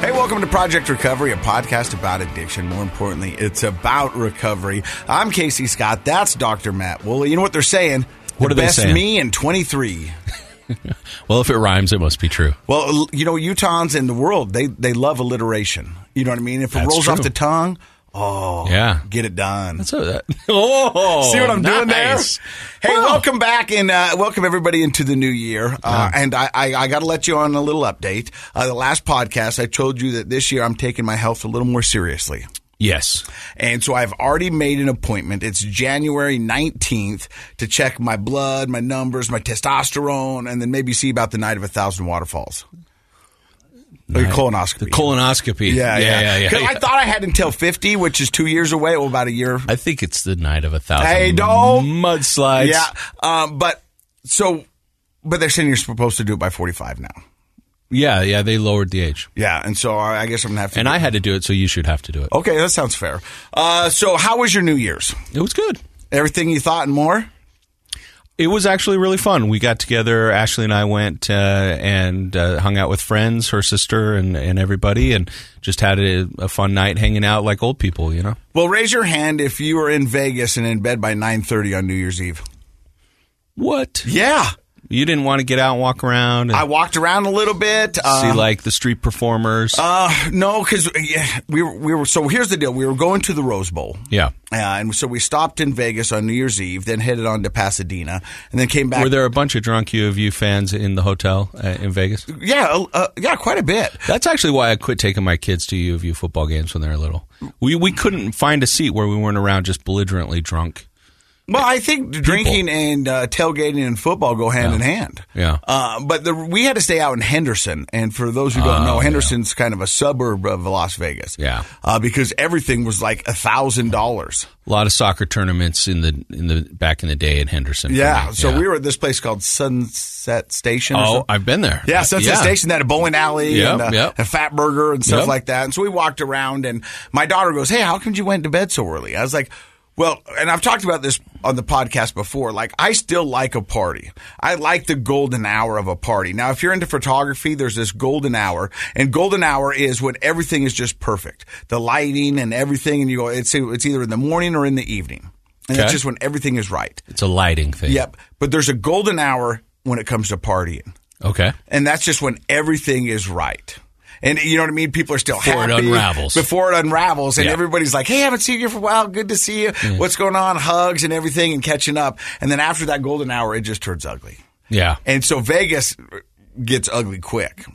Hey, welcome to Project Recovery, a podcast about addiction. More importantly, it's about recovery. I'm Casey Scott. That's Dr. Matt Woolley. You know what they're saying? What the are they best saying? me in 23. Well, if it rhymes, it must be true. Well, l- you know, Utahns in the world, they, they love alliteration. You know what I mean? If it That's rolls off true. the tongue, oh, Yeah. get it done. That's what that. uh, Oh, See what I'm doing there? nice. Hey, Wow. welcome back and uh, welcome everybody into the new year. Uh, And I, I, I got to let you on a little update. Uh, the last podcast, I told you that this year I'm taking my health a little more seriously. Yes. And so I've already made an appointment. It's January 19th to check my blood, my numbers, my testosterone, and then maybe see about the night of a thousand waterfalls. Or your colonoscopy. The colonoscopy. yeah, yeah, yeah. yeah, 'Cause yeah. I thought I had until 50, which is two years away. Well, about a year. I think it's the night of a thousand Hey, don't- mudslides. yeah. Um, but so, but they're saying you're supposed to do it by 45 now. yeah, yeah. They lowered the age, Yeah. And so I I guess I'm going to have to. and do- I had to do it, so you should have to do it. Okay, that sounds fair. Uh, so, how was your New Year's? It was good. Everything you thought and more? It was actually really fun. We got together. Ashley and I went uh, and uh, hung out with friends, her sister, and, and everybody, and just had a, a fun night hanging out like old people. You know. Well, raise your hand if you were in Vegas and in bed by 9:30 on New Year's Eve. What? Yeah. You didn't want to get out and walk around and I walked around a little bit. see Uh, like the street performers. uh, no, because we were, we were. So here's the deal: we were going to the Rose Bowl. yeah. Uh, and so we stopped in Vegas on New Year's Eve, then headed on to Pasadena, and then came back. Were there a bunch of drunk U of U fans in the hotel uh, in Vegas? Yeah, uh, yeah, quite a bit. That's actually why I quit taking my kids to U of U football games when they were little. We we couldn't find a seat where we weren't around just belligerently drunk. Well, I think drinking and uh, tailgating and football go hand in hand. Yeah. Uh, but the, we had to stay out in Henderson, and for those who don't know, Henderson's kind of a suburb of Las Vegas. Oh, Yeah. Uh, because everything was like a thousand dollars. A lot of soccer tournaments in the in the back in the day in Henderson. for Yeah. me. So we were at this place called Sunset Station. Or Oh, something. I've been there. Yeah, Sunset Station that had a bowling alley Yep, and uh, yep. a fat burger and stuff Yep. like that. And so we walked around, and my daughter goes, "Hey, how come you went to bed so early?" I was like. Well, and I've talked about this on the podcast before. Like, I still like a party. I like the golden hour of a party. Now, if you're into photography, there's this golden hour, and golden hour is when everything is just perfect. The lighting and everything, and you go, it's, it's either in the morning or in the evening. And it's Okay. just when everything is right. It's a lighting thing. Yep. But there's a golden hour when it comes to partying. Okay. And that's just when everything is right. And you know what I mean? People are still Before it happy unravels. before it unravels, and Yeah. everybody's like, "Hey, haven't seen you for a while. Good to see you. What's going on? Hugs and everything, and catching up." And then after that golden hour, it just turns ugly. Yeah. And so Vegas gets ugly quick,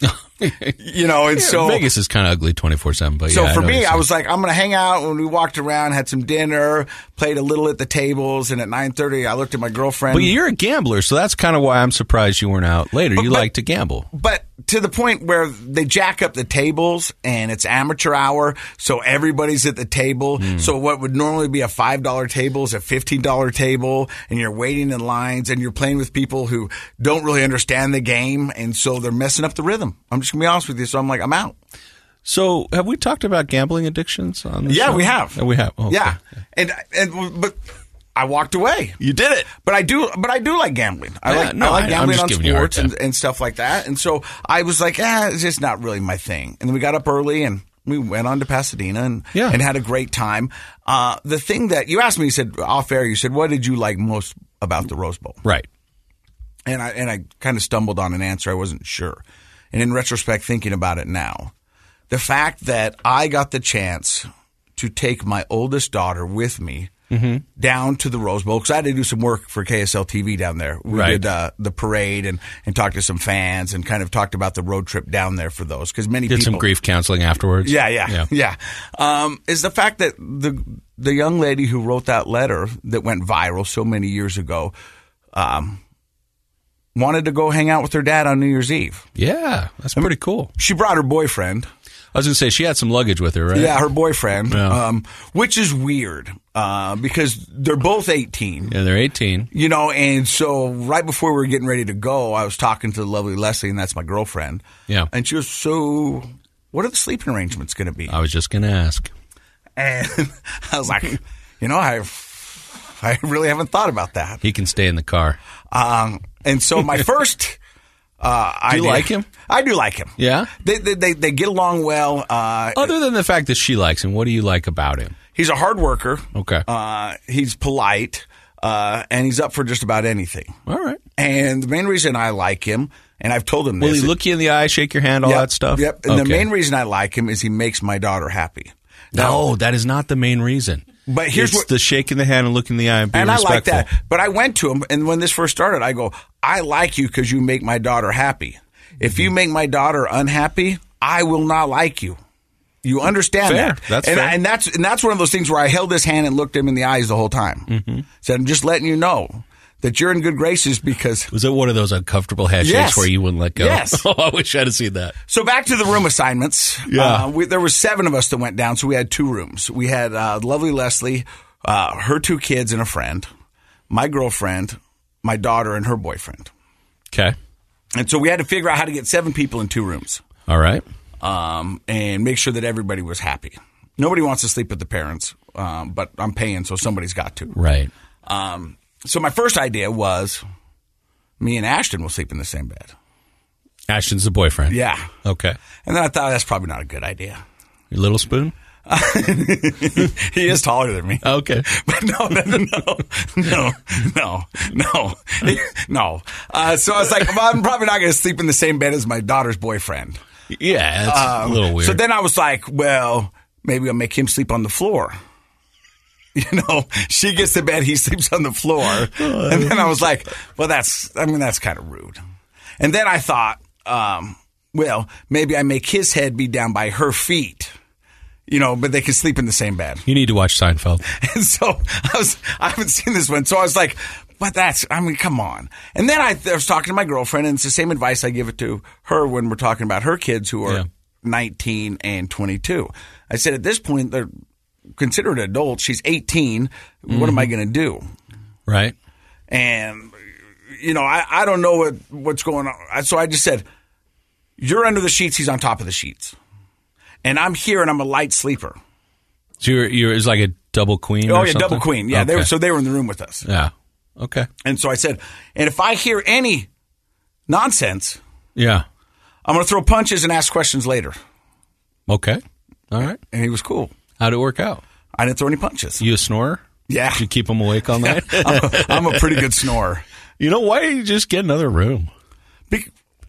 you know. And so Vegas is kind of ugly twenty four seven. But so yeah, for know what me, you're I saying. was like, I'm going to hang out. When we walked around, had some dinner, played a little at the tables, and at 9:30, I looked at my girlfriend. But you're a gambler, so that's kind of why I'm surprised you weren't out later. you but- like to gamble. but to the point where they jack up the tables and it's amateur hour, so everybody's at the table. So what would normally be a five dollar table is a fifteen dollar table, and you're waiting in lines and you're playing with people who don't really understand the game, and so they're messing up the rhythm. I'm just gonna be honest with you. So I'm like, I'm out. So, have we talked about gambling addictions on the Yeah, show? we have. Oh, we have. Oh, okay. Yeah, and and but I walked away. You did it. But I do, but I do like gambling. I Yeah, like, no, I like I- I'm gambling just on giving you a hard sports and, time. and stuff like that. And so I was like, eh, it's just not really my thing. And then we got up early and we went on to Pasadena and Yeah. and had a great time. Uh, the thing that you asked me, you said off air, you said, what did you like most about the Rose Bowl? Right. And I and I kind of stumbled on an answer. I wasn't sure. And in retrospect, thinking about it now, the fact that I got the chance to take my oldest daughter with me Mm-hmm. down to the Rose Bowl because I had to do some work for KSL TV down there. We Right. did uh, the parade and and talked to some fans and kind of talked about the road trip down there for those because many Did people some grief counseling afterwards. yeah, yeah, yeah. Um, is the fact that the the young lady who wrote that letter that went viral so many years ago, um, wanted to go hang out with her dad on New Year's Eve. Yeah, that's pretty cool. She brought her boyfriend. I was gonna say she had some luggage with her, right? Yeah, her boyfriend. Yeah. Um, which is weird uh, because they're both 18. Yeah, they're 18. You know, and so right before we were getting ready to go, I was talking to the lovely Leslie, and that's my girlfriend. Yeah. And she was, so what are the sleeping arrangements going to be? I was just gonna ask. And I was like, you know, I I really haven't thought about that. He can stay in the car. Um, and so my first, uh, I you like him? I do like him. Yeah? they they they, they get along well. Uh, Other than the fact that she likes him, what do you like about him? he's a hard worker. Okay. uh, he's polite, uh, and he's up for just about anything. All right. And the main reason I like him, and I've told him Will this, he look you in the eye, shake your hand, all Yep, that stuff? Yep. And okay. the main reason I like him is he makes my daughter happy. No, that is not the main reason. But here's It's what- the shaking the hand and looking in the eye and being and I like respectful. that. But I went to him, and when this first started, I go, I like you because you make my daughter happy. If Mm-hmm. you make my daughter unhappy, I will not like you. You understand Fair. that? That's and, fair. and that's and that's one of those things where I held his hand and looked him in the eyes the whole time. Mm-hmm. Said, "I'm just letting you know that you're in good graces because." Was it one of those uncomfortable handshakes Yes. where you wouldn't let go? Yes. oh, I wish I'd have seen that. So back to the room assignments. Yeah. Uh, we, there was seven of us that went down, so we had two rooms. We had uh, lovely Leslie, uh, her two kids, and a friend, my girlfriend, my daughter, and her boyfriend. Okay. And so we had to figure out how to get seven people in two rooms All right. um, and make sure that everybody was happy. Nobody wants to sleep with the parents, um, but I'm paying, so somebody's got to. Right. Um, so my first idea was me and Ashton will sleep in the same bed. Ashton's the boyfriend. Yeah. Okay. And then I thought that's probably not a good idea. Your little spoon? He is taller than me. Okay. But no, no, no, no, no, no, no, no. Uh, so I was like, well, I'm probably not going to sleep in the same bed as my daughter's boyfriend. Yeah, that's a little weird. Um, So then I was like, well, maybe I'll make him sleep on the floor. You know, she gets to bed, he sleeps on the floor. Oh. And then I was like, well, that's, I mean, that's kind of rude. And then I thought, um, well, maybe I make his head be down by her feet, you know, but they can sleep in the same bed. you need to watch Seinfeld. And so I was, I haven't seen this one. So I was like, but that's, I mean, come on. And then I, I was talking to my girlfriend, and it's the same advice I give it to her when we're talking about her kids who are Yeah. 19 and 22. I said, at this point, they're considered adults. She's 18. What Mm-hmm. am I going to do? Right. And, you know, I, I don't know what, what's going on. So I just said, you're under the sheets, he's on top of the sheets. And I'm here, and I'm a light sleeper. So you're, you're it was like a double queen. Oh or yeah, something? double queen. Yeah, they Okay. were, so they were in the room with us. yeah. Okay. And so I said, and if I hear any nonsense, Yeah. I'm going to throw punches and ask questions later. Okay. All right. And he was cool. How'd it work out? I didn't throw any punches. You a snorer? Yeah. You keep him awake all night? I'm a, I'm a pretty good snorer. you know, why don't you just get another room?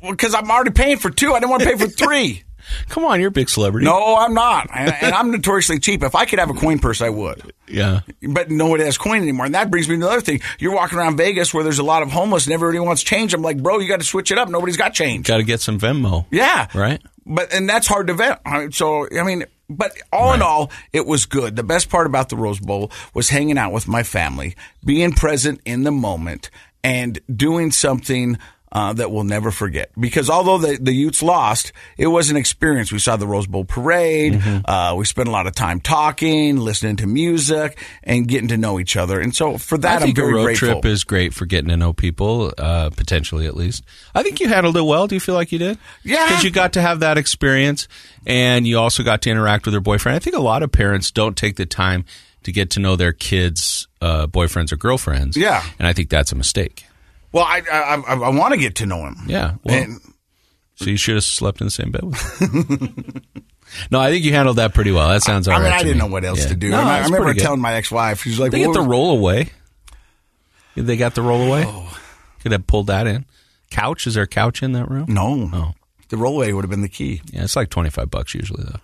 Because I'm already paying for two. I didn't want to pay for three. Come on, you're a big celebrity. No, I'm not. And, and I'm notoriously cheap. If I could have a coin purse, I would. Yeah. But nobody has coin anymore. And that brings me to another thing. You're walking around Vegas where there's a lot of homeless and everybody wants change. I'm like, bro, you got to switch it up. Nobody's got change. Got to get some Venmo. Yeah. Right? But and that's hard to vet. I mean, So I mean, but all in all, it was good. The best part about the Rose Bowl was hanging out with my family, being present in the moment, and doing something. Uh, that we'll never forget because although the, the Utes lost, it was an experience. We saw the Rose Bowl parade. Mm-hmm. Uh, we spent a lot of time talking, listening to music, and getting to know each other. And so for that, I think am very a road grateful. trip is great for getting to know people, uh, potentially at least. I think you handled it well. Do you feel like you did? Yeah. because you got to have that experience, and you also got to interact with her boyfriend. I think a lot of parents don't take the time to get to know their kids' uh, boyfriends or girlfriends. Yeah. and I think that's a mistake. well, I I, I, I want to get to know him. Yeah, well, And- so you should have slept in the same bed. with her. no, I think you handled that pretty well. That sounds all I right. mean, I to didn't me. know what else Yeah. to do. No, And I, I that's remember pretty good. telling my ex-wife, she's like, They "What get was- the roll away. They got the roll away. Could have pulled that in. Couch? Is there a couch in that room? No. Oh. The rollaway would have been the key. Yeah, it's like 25 bucks usually, though.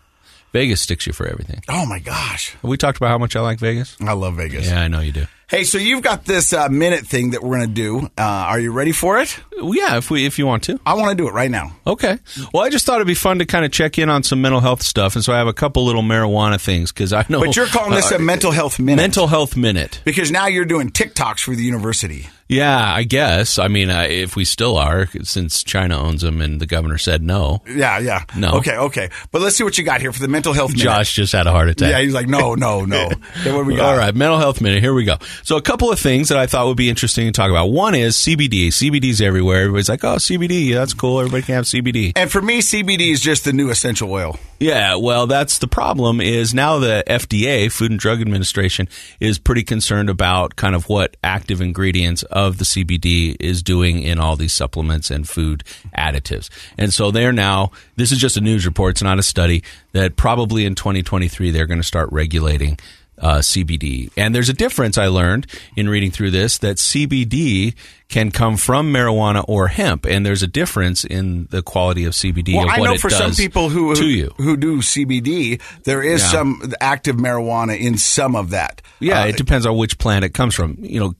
Vegas sticks you for everything. Oh my gosh. Have we talked about how much I like Vegas? I love Vegas. Yeah, I know you do. Hey, so you've got this uh, minute thing that we're going to do. Uh, are you ready for it? Well, Yeah, if we if you want to. I want to do it right now. Okay. Well, I just thought it'd be fun to kind of check in on some mental health stuff, and so I have a couple little marijuana things because I know. But you're calling this uh, a mental health minute. mental health minute? because now you're doing TikToks for the university. Yeah, I guess. I mean, I, if we still are, since China owns them and the governor said no, Yeah, yeah. No. Okay, okay. But let's see what you got here for the mental health minute. Josh just had a heart attack. Yeah, he's like, no, no, no. then what do we got? All right, mental health minute. Here we go. So, a couple of things that I thought would be interesting to talk about. One is CBD. CBD's everywhere. Everybody's like, "Oh, CBD, that's cool. Everybody can have CBD." And for me, CBD is just the new essential oil. Yeah, well, that's the problem is now the FDA, Food and Drug Administration, is pretty concerned about kind of what active ingredients of the CBD is doing in all these supplements and food additives. And so they're now, this is just a news report, it's not a study, that probably in 2023 they're going to start regulating uh, CBD. And there's a difference I learned in reading through this that CBD can come from marijuana or hemp, and there's a difference in the quality of CBD. Well, of I what know it for some does people who to you. who do CBD, there is some active marijuana in some of that. Yeah, Uh, it depends on which plant it comes from. You know,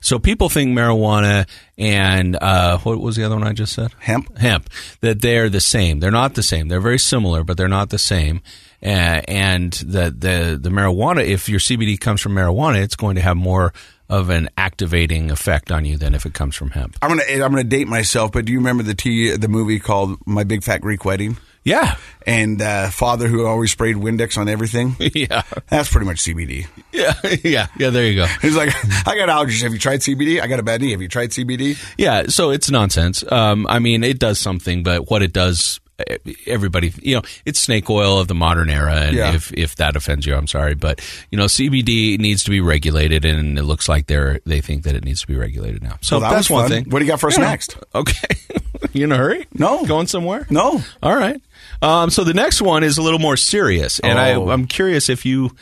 so people think marijuana and uh, what was the other one I just said? Hemp? Hemp. That they're the same. They're not the same. They're very similar, but they're not the same. Uh, and the, the the marijuana, if your CBD comes from marijuana, it's going to have more of an activating effect on you than if it comes from hemp. I'm gonna I'm gonna date myself, but do you remember the t the movie called My Big Fat Greek Wedding Yeah, and uh, father who always sprayed Windex on everything? yeah, That's pretty much CBD. yeah, yeah, yeah. There you go. He's like, I got allergies. Have you tried CBD? I got a bad knee. Have you tried CBD? Yeah, so it's nonsense. Um, I mean, it does something, but what it does, eh, everybody, you know, it's snake oil of the modern era. And Yeah. if, if that offends you, I'm sorry, but you know, CBD needs to be regulated, and it looks like they're they think that it needs to be regulated now. So Well, that that's was one fun. thing. What do you got for us next? Okay, you in a hurry? No. going somewhere? No. All right. Um, so the next one is a little more serious, and Oh. I, I'm curious if you.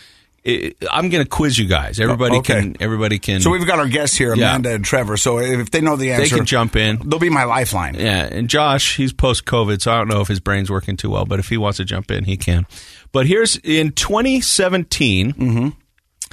I- I'm going to quiz you guys. Everybody Uh, okay. can. Everybody can. So we've got our guests here, Yeah. Amanda and Trevor. So if they know the they answer, can jump in. they'll be my lifeline. Yeah, and Josh, he's post COVID, so I don't know if his brain's working too well, but if he wants to jump in, he can. But here's in 2017, Mm-hmm.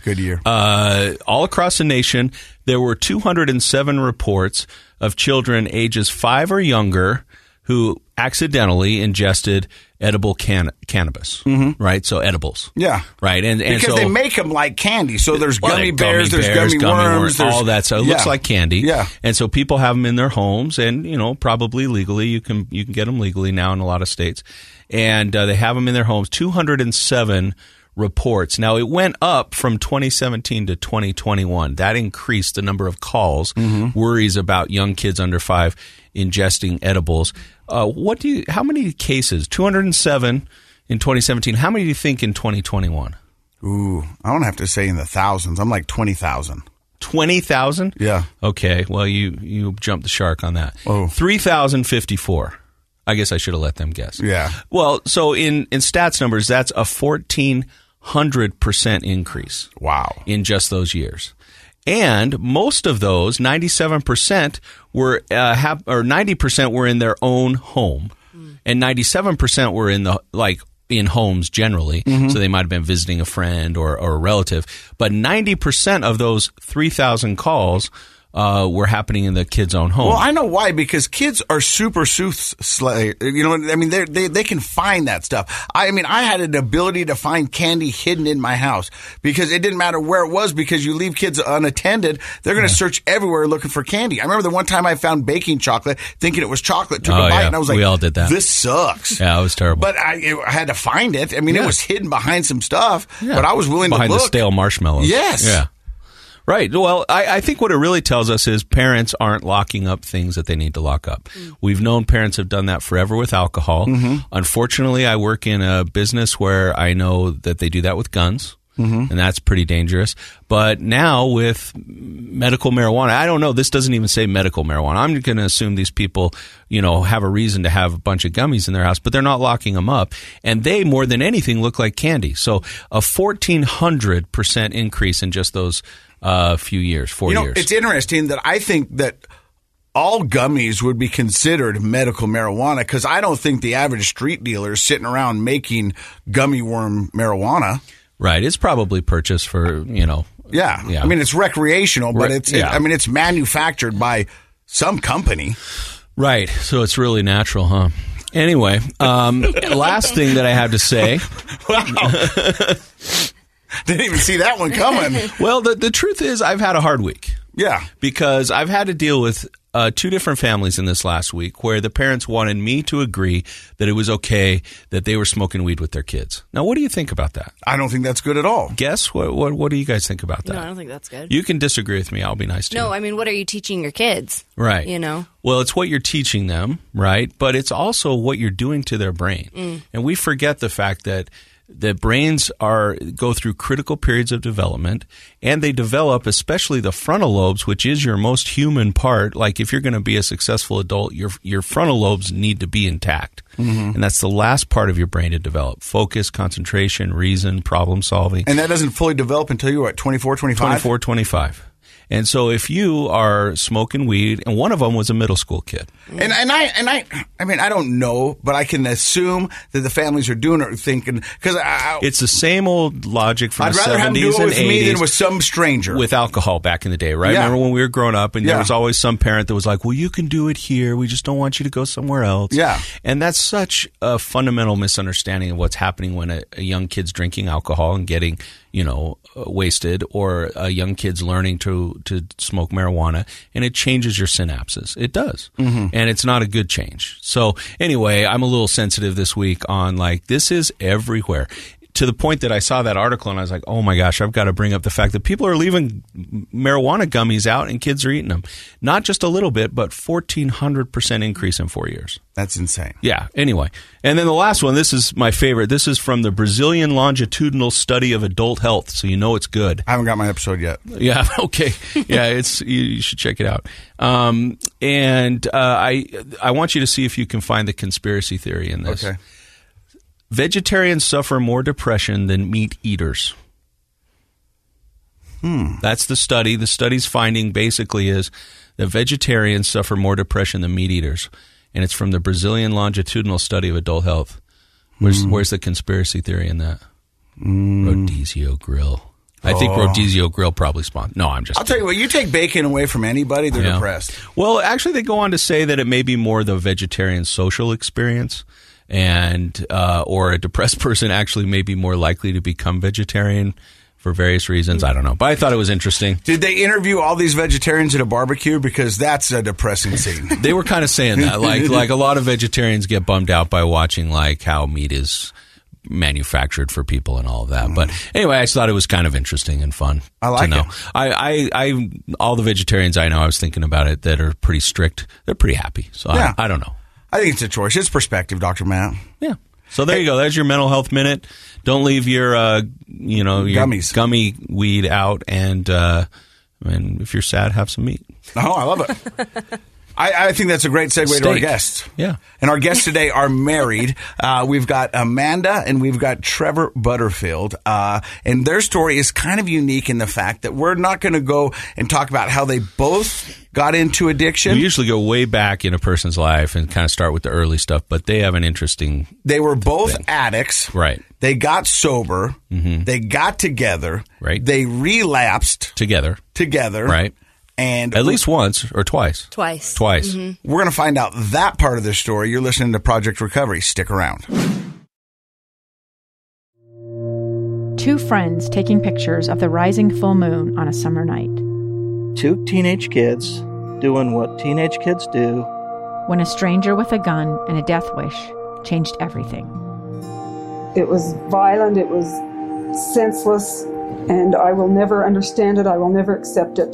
Good year. uh, all across the nation, there were 207 reports of children ages five or younger who accidentally ingested edible can- cannabis, right? So edibles, Mm-hmm. yeah. right? And, and Because so, they make them like candy. So there's well, gummy, they're bears, there's bears, gummy, worms, there's all that. So it looks Yeah. like candy. Yeah. And so people have them in their homes, and you know, probably legally, you can you can get them legally now in a lot of states, and uh, they have them in their homes. Two hundred and seven reports. Now it went up from 2017 to 2021. That increased the number of calls, Mm-hmm. worries about young kids under five ingesting edibles. Uh, what do you? How many cases? 207 in 2017. How many do you think in 2021? Ooh, I don't have to say in the thousands. I'm like 20,000. Twenty thousand. Yeah. Okay. Well, you you jumped the shark on that. Oh. Three thousand fifty four. I guess I should have let them guess. Yeah. Well, so in in stats numbers, that's a fourteen hundred percent increase Wow. in just those years. And most of those, 97% were uh, hap- or 90% were in their own home. Mm. And 97% were in the like in homes generally. Mm-hmm. So they might have been visiting a friend or, or a relative, but 90% of those 3000 calls uh, were happening in the kid's own home. Well, I know why because kids are super soothsayers. You know, what I mean, They're- they they can find that stuff. I mean, I had an ability to find candy hidden in my house because it didn't matter where it was because you leave kids unattended, they're going to search everywhere looking for candy. I remember the one time I found baking chocolate, thinking it was chocolate, took Oh, a bite, yeah. and I was like, We all did that. This sucks." yeah, it was terrible. But I, it- I had to find it. I mean, it Yeah. was hidden behind some stuff, Yeah. but I was willing behind to the look. stale marshmallows. Yes. Yeah. Right. Well, I, I think what it really tells us is parents aren't locking up things that they need to lock up. We've known parents have done that forever with alcohol. Unfortunately, I work in a business where I know that they do that with guns. And that's pretty dangerous. But now with medical marijuana, I don't know. This doesn't even say medical marijuana. I'm going to assume these people, you know, have a reason to have a bunch of gummies in their house, but they're not locking them up. And they, more than anything, look like candy. So a 1,400% increase in just those uh, few years, four you know, years. it's interesting that I think that all gummies would be considered medical marijuana because I don't think the average street dealer is sitting around making gummy worm marijuana. right. It's probably purchased for, you know, Yeah. Yeah. I mean, it's recreational, but Re- it's, it- yeah. I mean, it's manufactured by some company. Right. So it's really natural, huh? Anyway, um, last thing that I have to say. Didn't even see that one coming. Well, the, the truth is, I've had a hard week Yeah. because I've had to deal with uh, two different families in this last week where the parents wanted me to agree that it was okay that they were smoking weed with their kids. Now, what do you think about that? I don't think that's good at all. Guess what? What, what do you guys think about that? No, I don't think that's good. you can disagree with me. I'll be nice to you. no, I mean, what are you teaching your kids? Right. You know? Well, it's what you're teaching them, right? But it's also what you're doing to their brain. Mm. And we forget the fact that the brains are go through critical periods of development and they develop especially the frontal lobes which is your most human part like if you're going to be a successful adult your your frontal lobes need to be intact and that's the last part of your brain to develop focus concentration reason problem solving And that doesn't fully develop until you're at 24, 25? 24 25 and so if you are smoking weed and one of them was a middle school kid And and I and I I mean I don't know, but I can assume that the families are doing it or thinking because I, I It's the same old logic from I'd the rather have them do seventies it and with me eighties than with some stranger. with alcohol back in the day, right? Yeah. Remember when we were growing up, and there Yeah. was always some parent that was like, "Well, you can do it here. We just don't want you to go somewhere else." Yeah. and that's such a fundamental misunderstanding of what's happening when a, a young kid's drinking alcohol and getting, you know, uh, wasted, or a young kid's learning to to smoke marijuana, and it changes your synapses. It does, and it's not a good change. So anyway, I'm a little sensitive this week on like this is everywhere to the point that I saw that article and I was like, oh my gosh, I've got to bring up the fact that people are leaving marijuana gummies out and kids are eating them. Not just a little bit, but 1,400% increase in four years. That's insane. Yeah, anyway. And then the last one, this is my favorite. This is from the Brazilian Longitudinal Study of Adult Health, so you know it's good. I haven't got my episode yet. Yeah. Okay. Yeah. It's you, you should check it out. Um, and uh, I I want you to see if you can find the conspiracy theory in this. Okay. Vegetarians suffer more depression than meat eaters. Hmm. That's the study. The study's finding basically is that vegetarians suffer more depression than meat eaters, and it's from the Brazilian longitudinal study of adult health. Where's where's the conspiracy theory in that? Rodizio Grill. I think Rodizio Grill probably spawned. No, I'm just. I'll tell you what, you take bacon away from anybody, they're Yeah. depressed. Well, actually, they go on to say that it may be more the vegetarian social experience, and uh, or a depressed person actually may be more likely to become vegetarian for various reasons. I don't know, but I thought it was interesting. Did they interview all these vegetarians at a barbecue? Because that's a depressing scene. They were kind of saying that, like like a lot of vegetarians get bummed out by watching like how meat is manufactured for people and all of that. But anyway, I just thought it was kind of interesting and fun. Mm. I like to know. it. I, I, I, all the vegetarians I know, I was thinking about it that are pretty strict. They're pretty happy. So Yeah. I, I don't know. I think it's a choice. It's perspective, Dr. Matt. Yeah. So there you go. That's your mental health minute. Don't leave your, uh, you know, your Gummies. gummy weed out, and uh, and if you're sad, have some meat. Oh, I love it. I, I think that's a great segue to our Steak. guests. Yeah. And our guests today are married. Uh, we've got Amanda and we've got Trevor Butterfield. Uh, and their story is kind of unique in the fact that we're not going to go and talk about how they both got into addiction. We usually go way back in a person's life and kind of start with the early stuff, but they have an interesting they were both addicts. Right. They got sober. They got together. Mm-hmm. Right. They relapsed together, together. right? And At least once or twice. Twice. Mm-hmm. Twice. we're going to find out that part of their story. You're listening to Project Recovery. Stick around. Two friends taking pictures of the rising full moon on a summer night two teenage kids doing what teenage kids do. when a stranger with a gun and a death wish changed everything. It was violent, it was senseless, and I will never understand it, I will never accept it.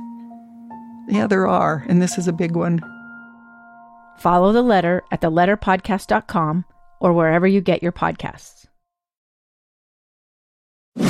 Yeah, there are, and this is a big one. Follow the letter at theletterpodcast.com or wherever you get your podcasts. Hey,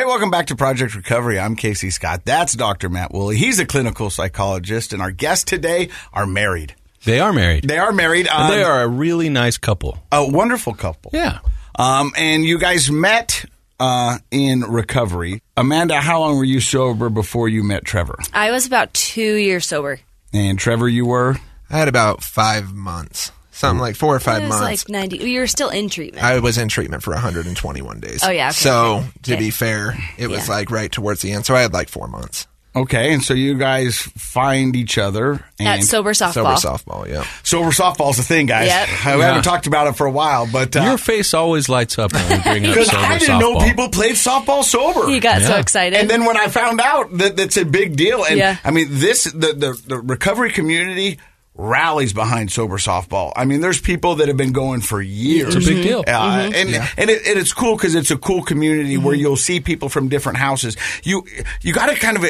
Hey, welcome back to Project Recovery. I'm Casey Scott. That's Dr. Matt Woolley. He's a clinical psychologist, and our guests today are married. They are married. They are married. And Um, they are a really nice couple. a wonderful couple. Yeah. Um, and you guys met uh, in recovery. Amanda, how long were you sober before you met Trevor? I was about two years sober. And Trevor, you were? I had about five months, something like four or five it was like months. 90. You were still in treatment. I was in treatment for 121 days. Oh, yeah, okay, So okay, to okay. be fair, it was Yeah. like right towards the end. So I had like four months. Okay. And so you guys find each other. And At sober softball. Sober softball. Yeah. Sober softball's a thing, guys. Yep. I Yeah. haven't talked about it for a while, but. Uh, Your face always lights up when we bring up because sober I didn't know softball. people played softball sober. He got so Yeah. excited. And then when I found out that that's a big deal, and Yeah. I mean this, the, the the recovery community rallies behind sober softball. I mean, there's people that have been going for years. It's a big deal. Uh, Mm-hmm. and and, it, and it's cool because it's a cool community where you'll see people from different houses. You you got to kind of.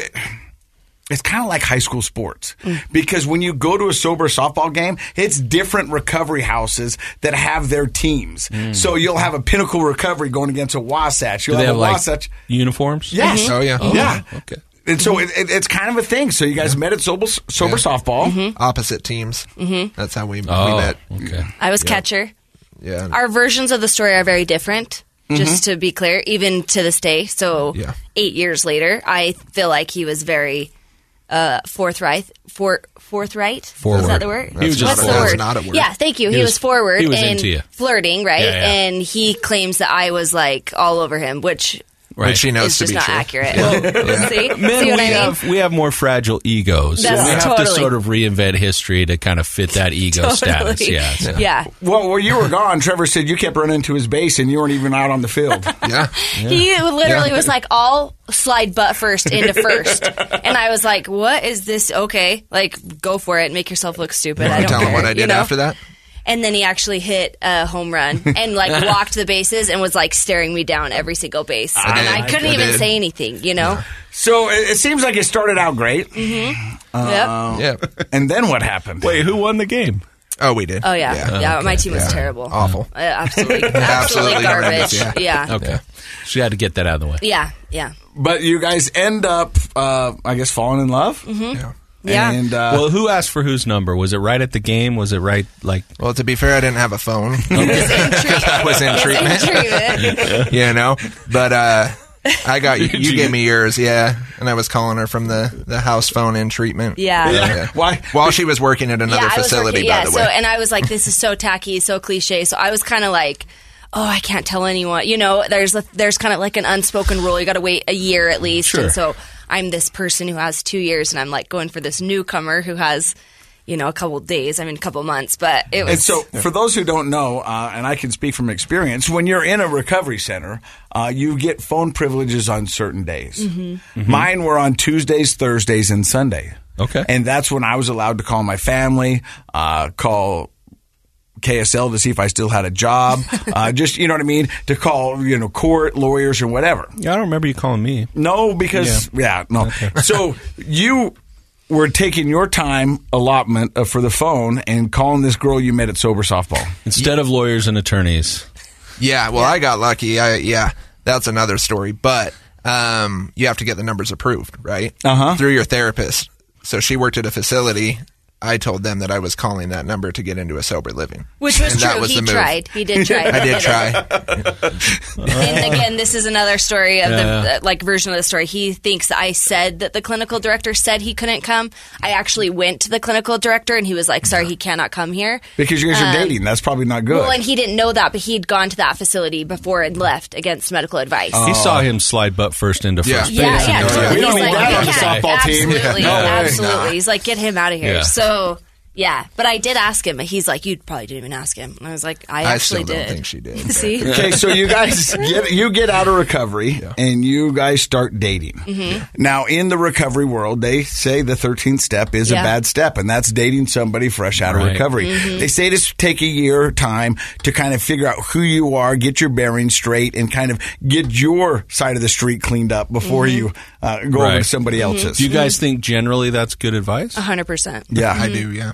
It's kind of like high school sports Mm. because when you go to a sober softball game, it's different recovery houses that have their teams. So you'll have a Pinnacle Recovery going against a Wasatch. Mm. Do You'll they have, have a like Wasatch. uniforms? Yes. Mhm. Oh, yeah. Oh, Yeah. okay. And so it, it, it's kind of a thing. So you guys met at sober sober Yeah. softball. Opposite teams. Mm-hmm. That's how we, we Oh, met. okay. I was catcher. Yeah. Mm-hmm. Our versions of the story are very different. Just to be clear, even to this day, so Yeah. eight years later, I feel like he was very uh, forthright. For, forthright, is Forward. that the word? He was just What's the forward. word? Not a word. Yeah, thank you. He, was- was, forward he was and into you. flirting, right? Yeah, yeah. And he claims that I was like all over him, which Right. Which she knows is to just be not true. accurate. See? Men, See we what I mean? have we have more fragile egos. so That's we have to totally- sort of reinvent history to kind of fit that ego status. Totally. Yeah. so- yeah. Well, while you were gone, Trevor said you kept running to his base and you weren't even out on the field. Yeah. He literally was like, I'll slide butt first into first. and I was like, what is this? Okay. Like, go for it. Make yourself look stupid. I Wanna don't tell care. him what I did you know? after that. And then he actually hit a home run and like walked the bases and was like staring me down every single base. I and did. I couldn't I even did. say anything, you know? so it, it seems like it started out great, Um, Yep. Yeah. and then what happened? Wait, who won the game? Oh, we did. Oh, yeah. Yeah. My team was Yeah. terrible. Awful. Uh, absolutely. absolutely. Absolutely garbage. horrendous, Yeah. Yeah. Okay. She had to get that out of the way. Yeah. Yeah. But you guys end up, uh, I guess, falling in love. Mm-hmm. Yeah. Yeah. And uh, Well, who asked for whose number? Was it right at the game? Was it right like Well, to be fair, I didn't have a phone. I was in treatment. you know. But uh, I got you. You gave me yours, yeah. And I was calling her from the the house phone in treatment. Yeah. Why- While she was working at another I was facility, working- by yeah, the so way. and I was like, this is so tacky, so cliche. So I was kind of like, oh, I can't tell anyone. You know, there's a, there's kind of like an unspoken rule. You got to wait a year at least. Sure. And so I'm this person who has two years, and I'm like going for this newcomer who has, you know, a couple days. I mean, a couple months. But it was And so, for those who don't know, uh, and I can speak from experience, when you're in a recovery center, uh, you get phone privileges on certain days. Mine were on Tuesdays, Thursdays, and Sunday. Okay. And that's when I was allowed to call my family, uh, call KSL to see if I still had a job, uh, just, you know what I mean, to call, you know, court, lawyers, or whatever. Yeah, I don't remember you calling me. No, because yeah, no. so you were taking your time allotment uh, for the phone and calling this girl you met at sober softball. Instead of lawyers and attorneys. yeah. Well, I got lucky. I, yeah, that's another story. But um, you have to get the numbers approved, right? Uh-huh. Through your therapist. So she worked at a facility. I told them that I was calling that number to get into a sober living, which was And that true. was he the move. tried. He did try. I did try. and again, this is another story of Yeah. the uh, like version of the story. He thinks that I said that the clinical director said he couldn't come. I actually went to the clinical director, and he was like, "Sorry, he cannot come here." Because you guys are dating, that's probably not good. Uh, Well, and he didn't know that, but he'd gone to that facility before and left against medical advice. He saw him slide butt first into Yeah. first base. Uh, Yeah, and yeah, he was totally. We He's don't like, need that "Yeah, on the yeah, softball team." Absolutely, No way. absolutely. He's like, get him out of here. Yeah. So, yeah, but I did ask him. but He's like, you probably didn't even ask him. And I was like, I, I actually still did. don't think she did. See, okay, so you guys get you get out of recovery and you guys start dating. Now, in the recovery world, they say the thirteenth step is a Yeah. bad step, and that's dating somebody fresh out of Right. recovery. They say to s- take a year time to kind of figure out who you are, get your bearings straight, and kind of get your side of the street cleaned up before you uh, go over to Right. somebody else's. Do you guys think generally that's good advice? hundred percent. yeah, I do. Yeah.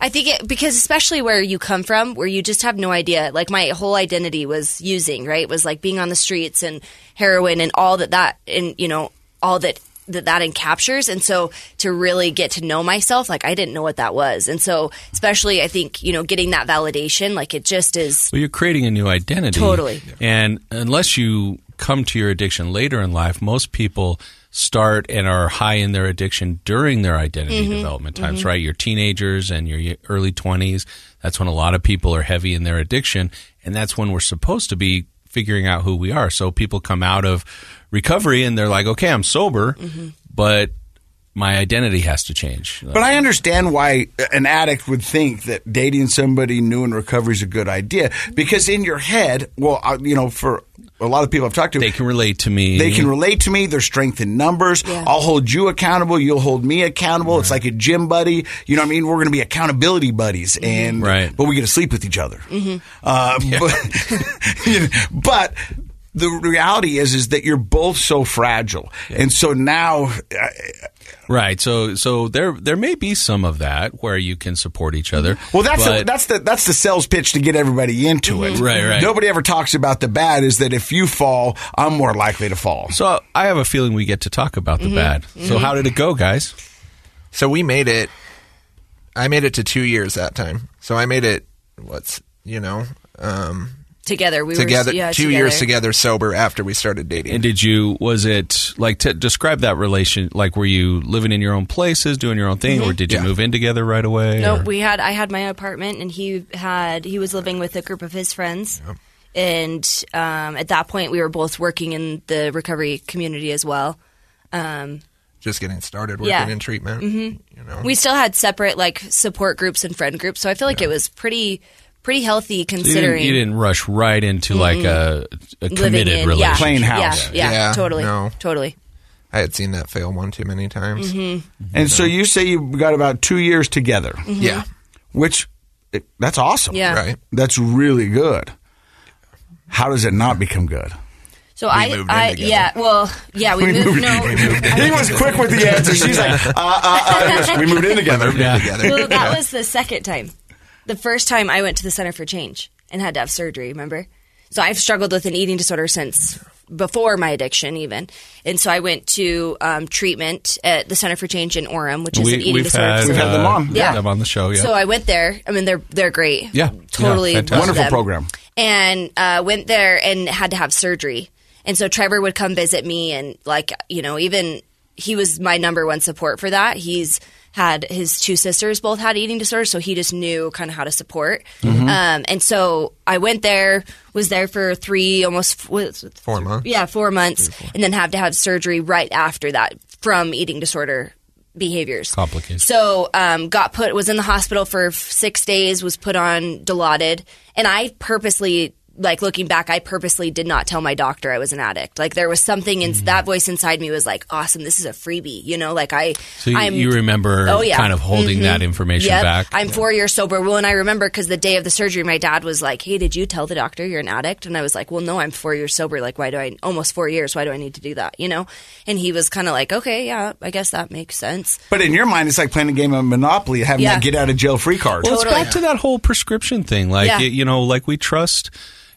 I think it because especially where you come from, where you just have no idea. Like my whole identity was using, right? Was like being on the streets and heroin and all that that and you know all that that that encaptures. And so to really get to know myself, like I didn't know what that was. And so especially I think you know getting that validation, like it just is. Well, you're creating a new identity. Totally. And unless you come to your addiction later in life, most people start and are high in their addiction during their identity Mhm. development times, Mhm. right? Your teenagers and your early 20s. That's when a lot of people are heavy in their addiction. And that's when we're supposed to be figuring out who we are. So people come out of recovery and they're like, okay, I'm sober, but my identity has to change. But I understand why an addict would think that dating somebody new in recovery is a good idea because in your head, well, I- you know, for a lot of people I've talked to, they can relate to me. They can relate to me. There's strength in numbers. I'll hold you accountable. You'll hold me accountable. It's like a gym buddy. You know what I mean? We're going to be accountability buddies, and Right. but we get to sleep with each other. Mhm. Uh, but, but the reality is, is that you're both so fragile, and so now. uh, Right. So so there there may be some of that where you can support each other. Mm-hmm. Well, that's the, but- that's the that's the sales pitch to get everybody into it. Mhm. Right, right. Nobody ever talks about the bad. Is that if you fall, I'm more likely to fall. So I have a feeling we get to talk about the Mm-hmm. Mhm. bad. So Mhm. how did it go, guys? So we made it. I made it to two years that time. So I made it. What's you know. Um, Together, we together were yeah, two years together sober after we started dating. And did you was it like to describe that relation? Like were you living in your own places, doing your own thing, or did you move in together right away? or- No, Mm-hmm. we had. I had my apartment, and he had. He was living with a group of his friends, and um, at that point, we were both working in the recovery community as well. Um, Just getting started working Yeah. in treatment. Mhm. You know, we still had separate like support groups and friend groups, so I feel like it was pretty pretty healthy So you, didn't, considering. Mm-hmm. you didn't rush right into like a, a Living committed in, yeah. relationship, Plain house. Yeah, yeah, totally, totally. I had seen that fail one too many times. Mhm. And so you say you got about two years together. Mm-hmm. Mhm. Yeah. Which it- that's awesome. Yeah. Right. That's really good. How does it not become good? So We I, moved in I together. yeah, well, yeah, we, moved. No, he was quick with the answer. She's like, uh, uh, uh, yes, we moved in together. together. well, that was the second time. The first time I went to the Center for Change and had to have surgery, remember? So I've struggled with an eating disorder since before my addiction, even. And so I went to um, treatment at the Center for Change in Orem, which is an we, eating we've disorder. had, facility. uh, them on the show. Yeah, So I went there. I mean, they're they're great. yeah, totally yeah, loved fantastic. them. And uh, went there and had to have surgery. And so Trevor would come visit me, and like you know, even he was my number one support for that. He's had his two sisters both had eating disorders, so he just knew kind of how to support. Mhm. Um, and so I went there, was there for three, almost was, Four months. yeah, four months, and then have to have surgery right after that from eating disorder behaviors. Complicated. So, um, got put was in the hospital for f- six days, was put on Dilaudid, and I purposely. Like looking back, I purposely did not tell my doctor I was an addict. Like there was something in Mm. that voice inside me was like, "Awesome, this is a freebie," you know. Like I, So you, I'm, you remember Oh, yeah. kind of holding Mhm. that information Yep. back. I'm four years sober. Well, and I remember because the day of the surgery, my dad was like, "Hey, did you tell the doctor you're an addict?" And I was like, "Well, no, I'm four years sober. Like, why do I almost four years? Why do I need to do that?" You know? And he was kind of like, "Okay, yeah, I guess that makes sense." But in your mind, it's like playing a game of Monopoly, having Yeah. that get out of jail free card. Well, it's back to that whole prescription thing. Like Yeah. y- you know, like we trust,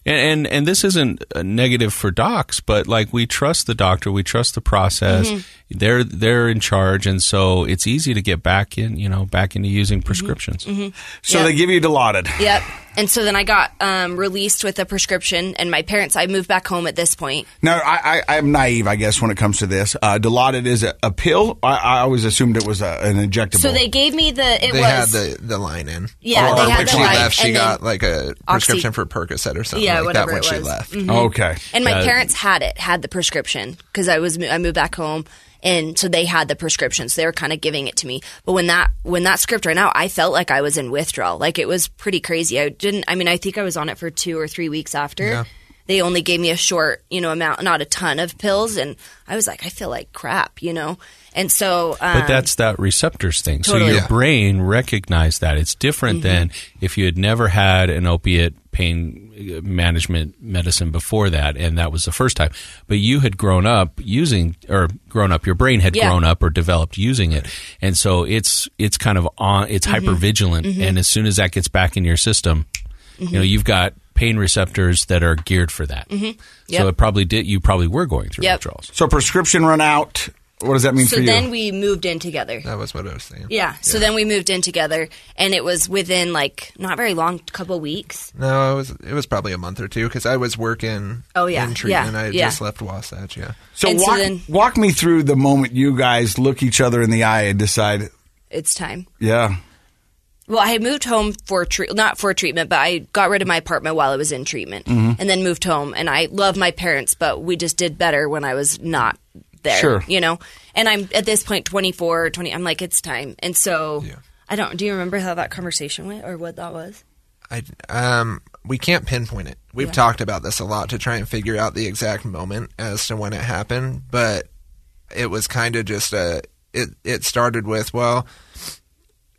and, and and this isn't a negative for docs, but like we trust the doctor, we trust the process. Mhm. They're they're in charge, and so it's easy to get back in, you know, back into using prescriptions. Mhm. So Yep. they give you Dilaudid. Yep. And so then I got um, released with a prescription, and my parents. I moved back home at this point. Now, I, I, I'm naive, I guess, when it comes to this. Uh, Dilaudid is a, a pill. I, I always assumed it was a, an injectable. So they gave me the. It they had was the, the line in. Yeah, or they had when the she line, left, she and then- got like a prescription for Percocet or something Yeah, like that whatever when it she was. left. Mhm. Okay. And my parents had it, had the prescription because I was I moved back home, and so they had the prescription, so they were kind of giving it to me. But when that when that script ran out, I felt like I was in withdrawal, like it was pretty crazy. I didn't. I mean, I think I was on it for two or three weeks after. Yeah. they only gave me a short, you know, amount, not a ton of pills, and I was like, I feel like crap, you know. And so, um, But that's that receptors thing. totally. So your Yeah. Mm-hmm. brain recognized that. It's different than if you had never had an opiate pain uh, management medicine before that, and that was the first time. But you had grown up using, or grown up, your brain had Yeah. grown up or developed using it, and so it's it's kind of on, it's hyper vigilant, Mhm. and as soon as that gets back in your system, you know Mm-hmm. you've got pain receptors that are geared for that. Mhm. So Yep. it probably did. You probably were going through Yep. withdrawals. So prescription run out. What does that mean so for you? then we moved in together. That was what I was saying. Yeah. So then we moved in together, and it was within like not very long, couple weeks. No, it was it was probably a month or two because I was working. Oh, yeah. in treatment. Yeah. I had Yeah. just left Wasatch. Yeah, so and so walk, then- walk me through the moment you guys look each other in the eye and decide, It's time. yeah, Well, I had moved home for tre- not for treatment, but I got rid of my apartment while I was in treatment, Mhm. and then moved home. And I love my parents, but we just did better when I was not there. Sure. You know, and I'm at this point 24, 20. I'm like, it's time. And so I don't. Do you remember how that conversation went or what that was? I um we can't pinpoint it. We've Yeah. talked about this a lot to try and figure out the exact moment as to when it happened, but it was kind of just a it it started with well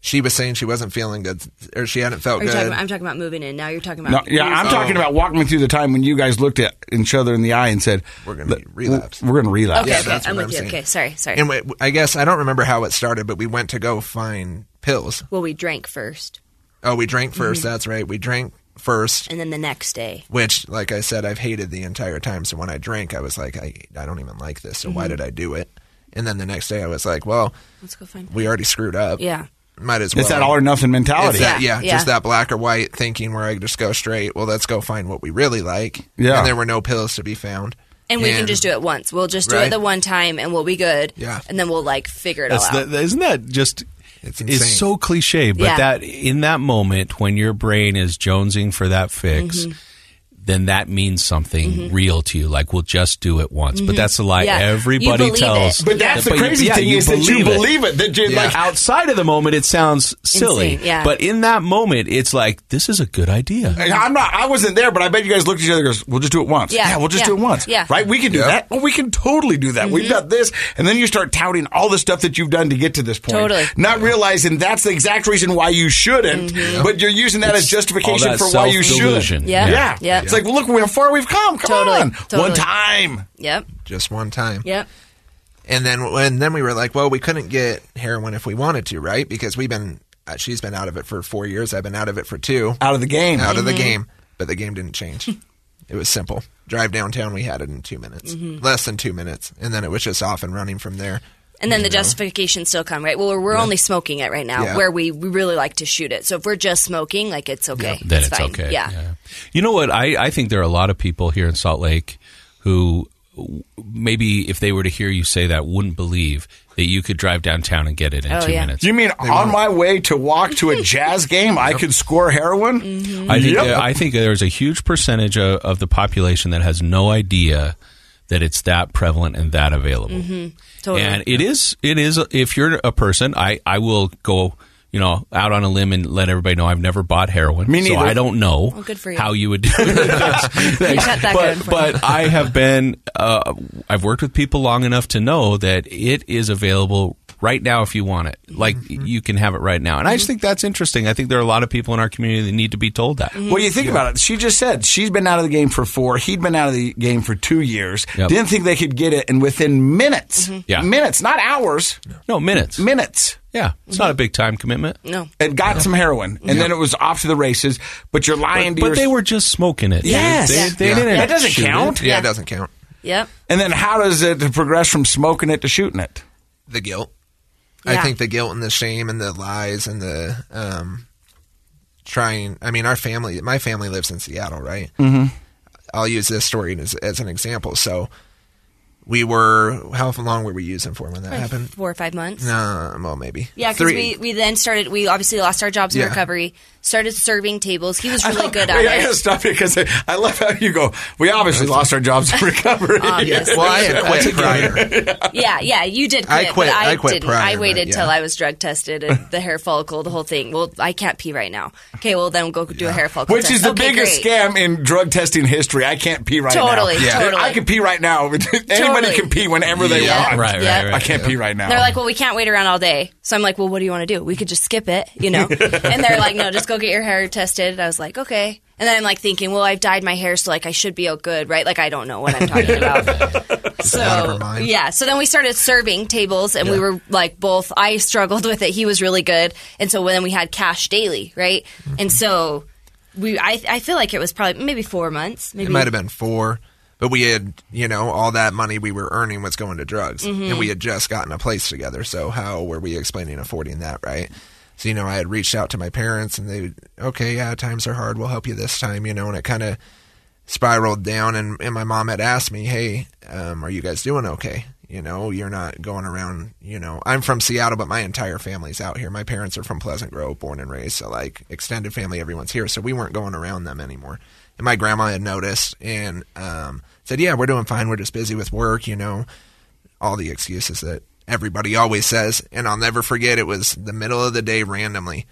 she was saying she wasn't feeling good or she hadn't felt Are you good. talking about, I'm talking about moving in. Now you're talking No, about. yeah, I'm talking about walking me through the time when you guys looked at each other in the eye and said, "We're going to relapse. We're going to relapse." Okay, okay, I'm with you. Okay, sorry, sorry. And we, I guess I don't remember how it started, but we went to go find pills. well, we drank first, Oh, we drank 1st Mhm. That's right. We drank first, and then the next day. which, like I said, I've hated the entire time. So when I drank, I was like, I, I don't even like this. So why Mhm. did I do it? And then the next day, I was like, well, Let's go find. we already screwed up. Yeah. Might as well. It's that all or nothing mentality. It's that- yeah, Yeah, just yeah. that black or white thinking where I just go straight. Well, let's go find what we really like. Yeah. and there were no pills to be found. And we can just do it once. We'll just do it Right. the one time, and we'll be good. Yeah. and then we'll like figure it That's all out. the, isn't that just? It's, insane. so cliche, but Yeah. that in that moment when your brain is jonesing for that fix, Mhm. then that means something Mhm. real to you. Like we'll just do it once, but Mhm. that's the lie Yeah. everybody You believe tells. it. But that's the you- crazy yeah, thing is that you believe it. That you, Yeah. like, outside of the moment, it sounds silly. Insane, yeah. But in that moment, it's like this is a good idea. And I'm not. I wasn't there, but I bet you guys looked at each other. and Goes, we'll just do it once. Yeah, we'll just yeah, do it once. yeah. Mm-hmm. right. We can do Yeah. that. Oh, we can totally do that. We've got this, and then you start touting all the stuff that you've done to get to this point. Totally. not realizing that's the exact reason why you shouldn't. But you're using that It's as justification all that for why you self-delusion. should. Mm-hmm. Yeah, yeah, yeah. It's like, well, look how far we've come. Come Totally, on, totally. one time. Yep, just one time. yep. And then and then we were like, well, we couldn't get heroin if we wanted to, right? Because we've been uh, she's been out of it for 4 years, I've been out of it for 2. Out of the game. Out of Mm-hmm. the game, but the game didn't change. it was simple. Drive downtown, we had it in 2 minutes. Mm-hmm. Less than 2 minutes. And then it was just off and running from there. And then the You know? justifications still come, right? Well, we're, we're only smoking it right now, Yeah. where we, we really like to shoot it. So if we're just smoking, like it's okay. then it's, fine. okay. Yeah. You know what? I, I think there are a lot of people here in Salt Lake who w- maybe if they were to hear you say that wouldn't believe that you could drive downtown and get it in Oh, two yeah. minutes. You mean on my way to walk to a jazz game, I could score heroin? Mm-hmm. I think Yep. I think there's a huge percentage of, of the population that has no idea that it's that prevalent and that available. Totally. And it is it is if you're a person, I I will go you know out on a limb and let everybody know I've never bought heroin. Me So neither. I don't know Well, good for you. how you would do it. You cut that good but for but I have been uh, I've worked with people long enough to know that it is available right now if you want it. Like Mm-hmm. you can have it right now. And I just think that's interesting. I think there are a lot of people in our community that need to be told Mm-hmm. that. Well, you think about it. She just said she's been out of the game for four. He'd been out of the game for two years. Yep. Didn't think they could get it, and within minutes, Mm-hmm. Yeah. minutes, not hours, No, minutes. minutes, Yeah, it's not a big time commitment. No. and got some heroin, and then it was off to the races. But you're lying to But, but your- they were just smoking it. dude. Yes. They- they Yeah. didn't That doesn't shoot it. count. yeah, Yeah. it doesn't count. Yep. And then how does it progress from smoking it to shooting it? The guilt. Yeah. I think the guilt and the shame and the lies and the um, trying. I mean, our family, my family lives in Seattle, right? Mm-hmm. I'll use this story as, as an example. So We were how long were we using for when that Like happened? four or five months. No, well maybe. Yeah, because Three. we, we then started. We obviously lost our jobs in Yeah. recovery. Started serving tables. He was really good at Wait, I it. gotta stop you because I, I love how you go. We obviously lost our jobs in recovery. Uh, Obviously. Well, I had quit prior. Yeah, yeah, you did. Quit, I quit- But I, I quit didn't. prior, I waited but till yeah. I was drug tested and the hair follicle, the whole thing. Well, I can't pee right now. Okay, well then go do a hair follicle. Which is test. the Okay, biggest great. scam in drug testing history. I can't pee right Totally, now. Yeah. totally. I can pee right now. Anybody Totally. can pee whenever they Yeah. want. Right, right, Yeah. right. I can't pee right now. Um, And they're like, well, we can't wait around all day. So I'm like, well, what do you want to do? We could just skip it, you know? and they're like, no, just go get your hair tested. And I was like, okay. And then I'm like thinking, well, I've dyed my hair, so like I should be all good, right? Like I don't know what I'm talking about. out of her so mind. yeah. So then we started serving tables, and we were like both. I struggled with it. He was really good, and so then we had cash daily, right? Mm-hmm. And so we, I, I feel like it was probably maybe four months, maybe It might have been four, but we had, you know, all that money we were earning was going to drugs, and we had just gotten a place together. So how were we explaining affording that, right? So you know, I had reached out to my parents, and they, okay, yeah, times are hard. We'll help you this time, you know, and it kind of spiraled down. And, and my mom had asked me, hey, um, are you guys doing okay? You know, you're not going around. You know, I'm from Seattle, but my entire family's out here. My parents are from Pleasant Grove, born and raised. So, like, extended family, everyone's here. So, we weren't going around them anymore. And my grandma had noticed and um, said, Yeah, we're doing fine. We're just busy with work, you know, all the excuses that everybody always says. And I'll never forget, it was the middle of the day randomly.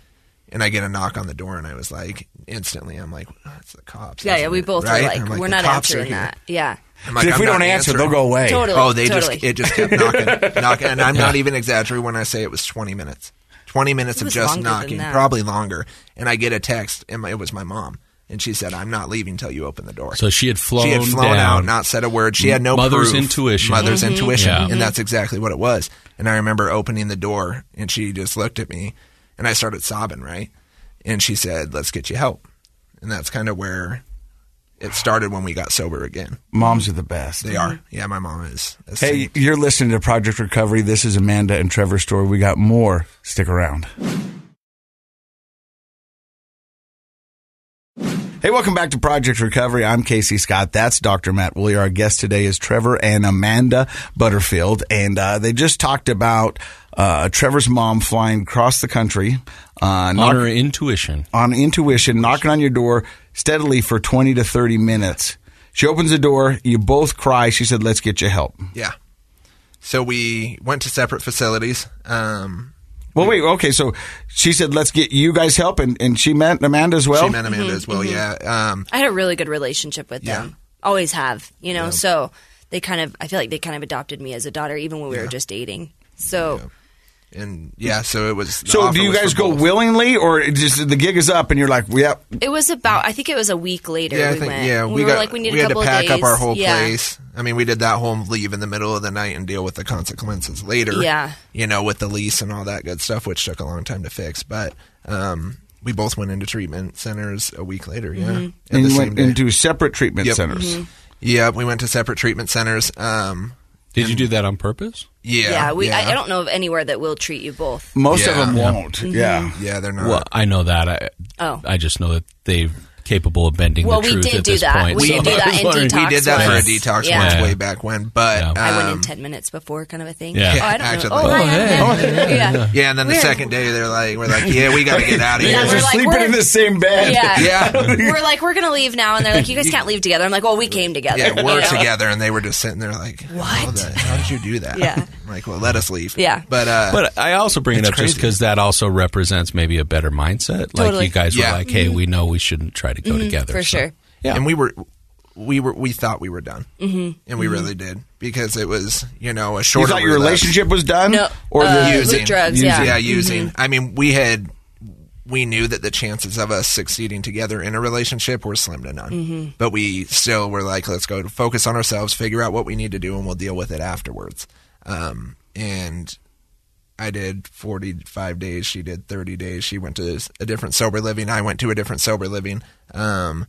And I get a knock on the door, and I was like, instantly, I'm like, "Oh, it's the cops. Yeah, yeah. isn't We it?" both Right? were like, I'm we're "The not cops are answering here." that. Yeah. I'm if "I'm we not don't answer, they'll answering." go away. Totally. Oh, they totally. just it just kept knocking, knocking, and I'm not even exaggerating when I say it was 20 minutes, 20 minutes It of was just longer than knocking, that. probably longer. And I get a text, and my, it was my mom, and she said, "I'm not leaving till you open the door." So she had flown, she had flown down. out, not said a word. She had no Mother's proof. intuition. Mother's Mm-hmm. intuition, Yeah. and that's exactly what it was. And I remember opening the door, and she just looked at me, and I started sobbing. Right, and she said, "Let's get you help," and that's kind of where it started when we got sober again. Moms are the best. They are, yeah. My mom is. a Mm-hmm. Hey, you're listening to Project Recovery. This is Amanda and Trevor's story. We got more. Stick around. Hey, welcome back to Project Recovery. I'm Casey Scott. That's Dr. Matt Woolley. Our guest today is Trevor and Amanda Butterfield. And uh, they just talked about uh, Trevor's mom flying across the country uh, knock- on her intuition. on intuition, knocking on your door steadily for 20 to 30 minutes. She opens the door. You both cry. She said, let's get you help. Yeah. So we went to separate facilities. Um, Well, wait. Okay, so she said, "Let's get you guys help," and, and she meant Amanda as well. mm-hmm, she met Amanda as well. Yeah. Um, I had a really good relationship with Yeah. them. Always have, you know. So they kind of, I feel like they kind of adopted me as a daughter, even when we were just dating. So and yeah, so it was. the so, offer do you was guys for go both. willingly, or it just the gig is up and you're like, "Yep, it was about, I think it was a week later Yeah, I we think, went. yeah. we, We, were got, like, we need we a had to couple of pack days. up our whole yeah. place. I mean, we did that whole leave in the middle of the night and deal with the consequences later. Yeah. You know, with the lease and all that good stuff, which took a long time to fix. But um, we both went into treatment centers a week later. Yeah. Mm-hmm. At and the you same went day. into separate treatment Yep. centers." yeah, we went to separate treatment centers. Um, Did you do that on purpose? yeah. Yeah, we. I, I don't know of anywhere that will treat you both. Most of Yeah. them won't. Mm-hmm. Yeah. Yeah, they're not. Well, I know that. I Oh. I just know that they're capable of bending Well, the we truth did at do this that. point. We so did do I that was in wondering- detox. we did that once. for a detox Yeah. once Yeah. way back when, but Yeah. I went um, in ten minutes before, kind of a thing. Yeah. Oh, I don't know. Actually, Oh, like- hi, Oh, I'm Ben. Yeah. yeah, and then the Weird. second day they're like, we're like, yeah, we got to get out of Yeah, here. we're like, we're- same bed. Yeah. yeah, We're like, we're gonna leave now, and they're like, you guys can't leave together. I'm like, well, we came together. yeah, we're you know? together, and they were just sitting there like, how, What? the- how did you do that? Yeah. I'm like, well, let us leave. Yeah. but uh, But I also bring It's it up just crazy. because that also represents maybe a better mindset. Like Totally. Mm-hmm. you guys Yeah. were like, "Hey, we know we shouldn't try to go together." for so- sure. Yeah. and we were we were we thought we were done, mm-hmm. and we really did because it was you know a You shorter thought your relapse. relationship was done, No, or uh, the Using. drugs, using, yeah. Mm-hmm. using. I mean, we had we knew that the chances of us succeeding together in a relationship were slim to none. Mm-hmm. But we still were like, let's go to focus on ourselves, figure out what we need to do, and we'll deal with it afterwards. Um, and I did 45 days. She did 30 days. She went to a different sober living. I went to a different sober living. Um,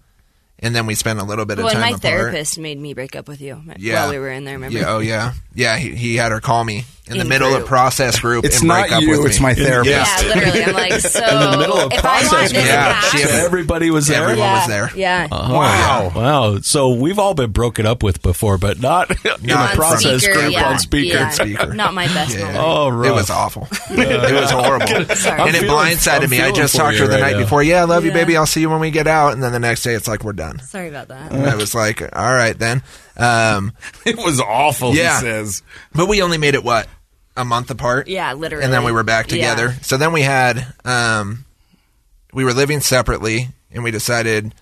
and then we spent a little bit of Well, and time my apart. therapist made me break up with you while we were in there. Remember? Yeah, oh yeah, yeah. He, he had her call me in, the In middle group. of process group. It's and break not up you, with me. it's my therapist. Yeah, literally. I'm like, so in the middle of if I want process. this Yeah, to she- happen- everybody was there. Everyone yeah, was there. Yeah. Oh, Wow. yeah. Wow. So we've all been broken up with before, but not in Not a on process speaker, group yeah, on speaker. yeah. Speaker. Not my best Yeah. moment. Oh, rough. It was awful. it was horrible, Sorry. and it feeling- blindsided I'm me. I feeling just for talked you to her the right night now. before. Yeah, I love you, Yeah. baby. I'll see you when we get out. And then the next day, it's like we're done. Sorry about that. And I was like, all right then. Um, It was awful, Yeah. he says. but we only made it what a month apart. Yeah, literally. and then we were back together. Yeah. So then we had um, we were living separately, and we decided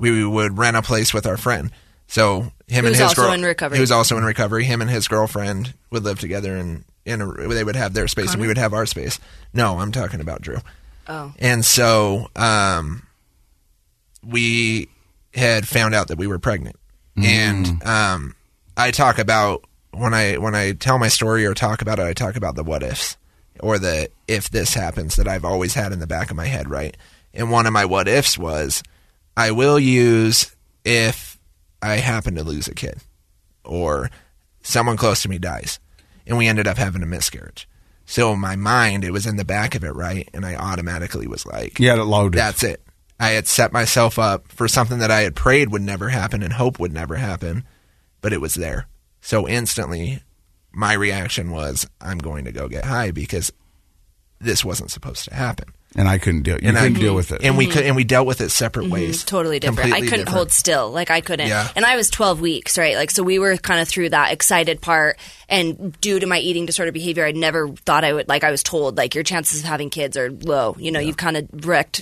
we would rent a place with our friend. So him and Who's his also girl- in recovery. He was also in recovery. Him and his girlfriend would live together, and in a, they would have their space, and we would have our space. No, I'm talking about Drew. Oh. And so um, we had found out that we were pregnant. And um, I talk about when I when I tell my story or talk about it, I talk about the what ifs or the if this happens that I've always had in the back of my head, right? And one of my what ifs was I will use if I happen to lose a kid or someone close to me dies. And we ended up having a miscarriage. So my mind, it was in the back of it, right? And I automatically was like, You had it loaded. that's it. I had set myself up for something that I had prayed would never happen and hope would never happen, but it was there. So instantly, my reaction was, I'm going to go get high because this wasn't supposed to happen. and I couldn't deal. You And I- couldn't deal with it. And we could, and we dealt with it separate ways. Mm-hmm. Totally different. I Completely couldn't different. hold still. Like I couldn't. Yeah. And I was 12 weeks, right? Like so we were kind of through that excited part and due to my eating disorder behavior, I never thought I would like I was told like your chances of having kids are low. You know, you've kind of wrecked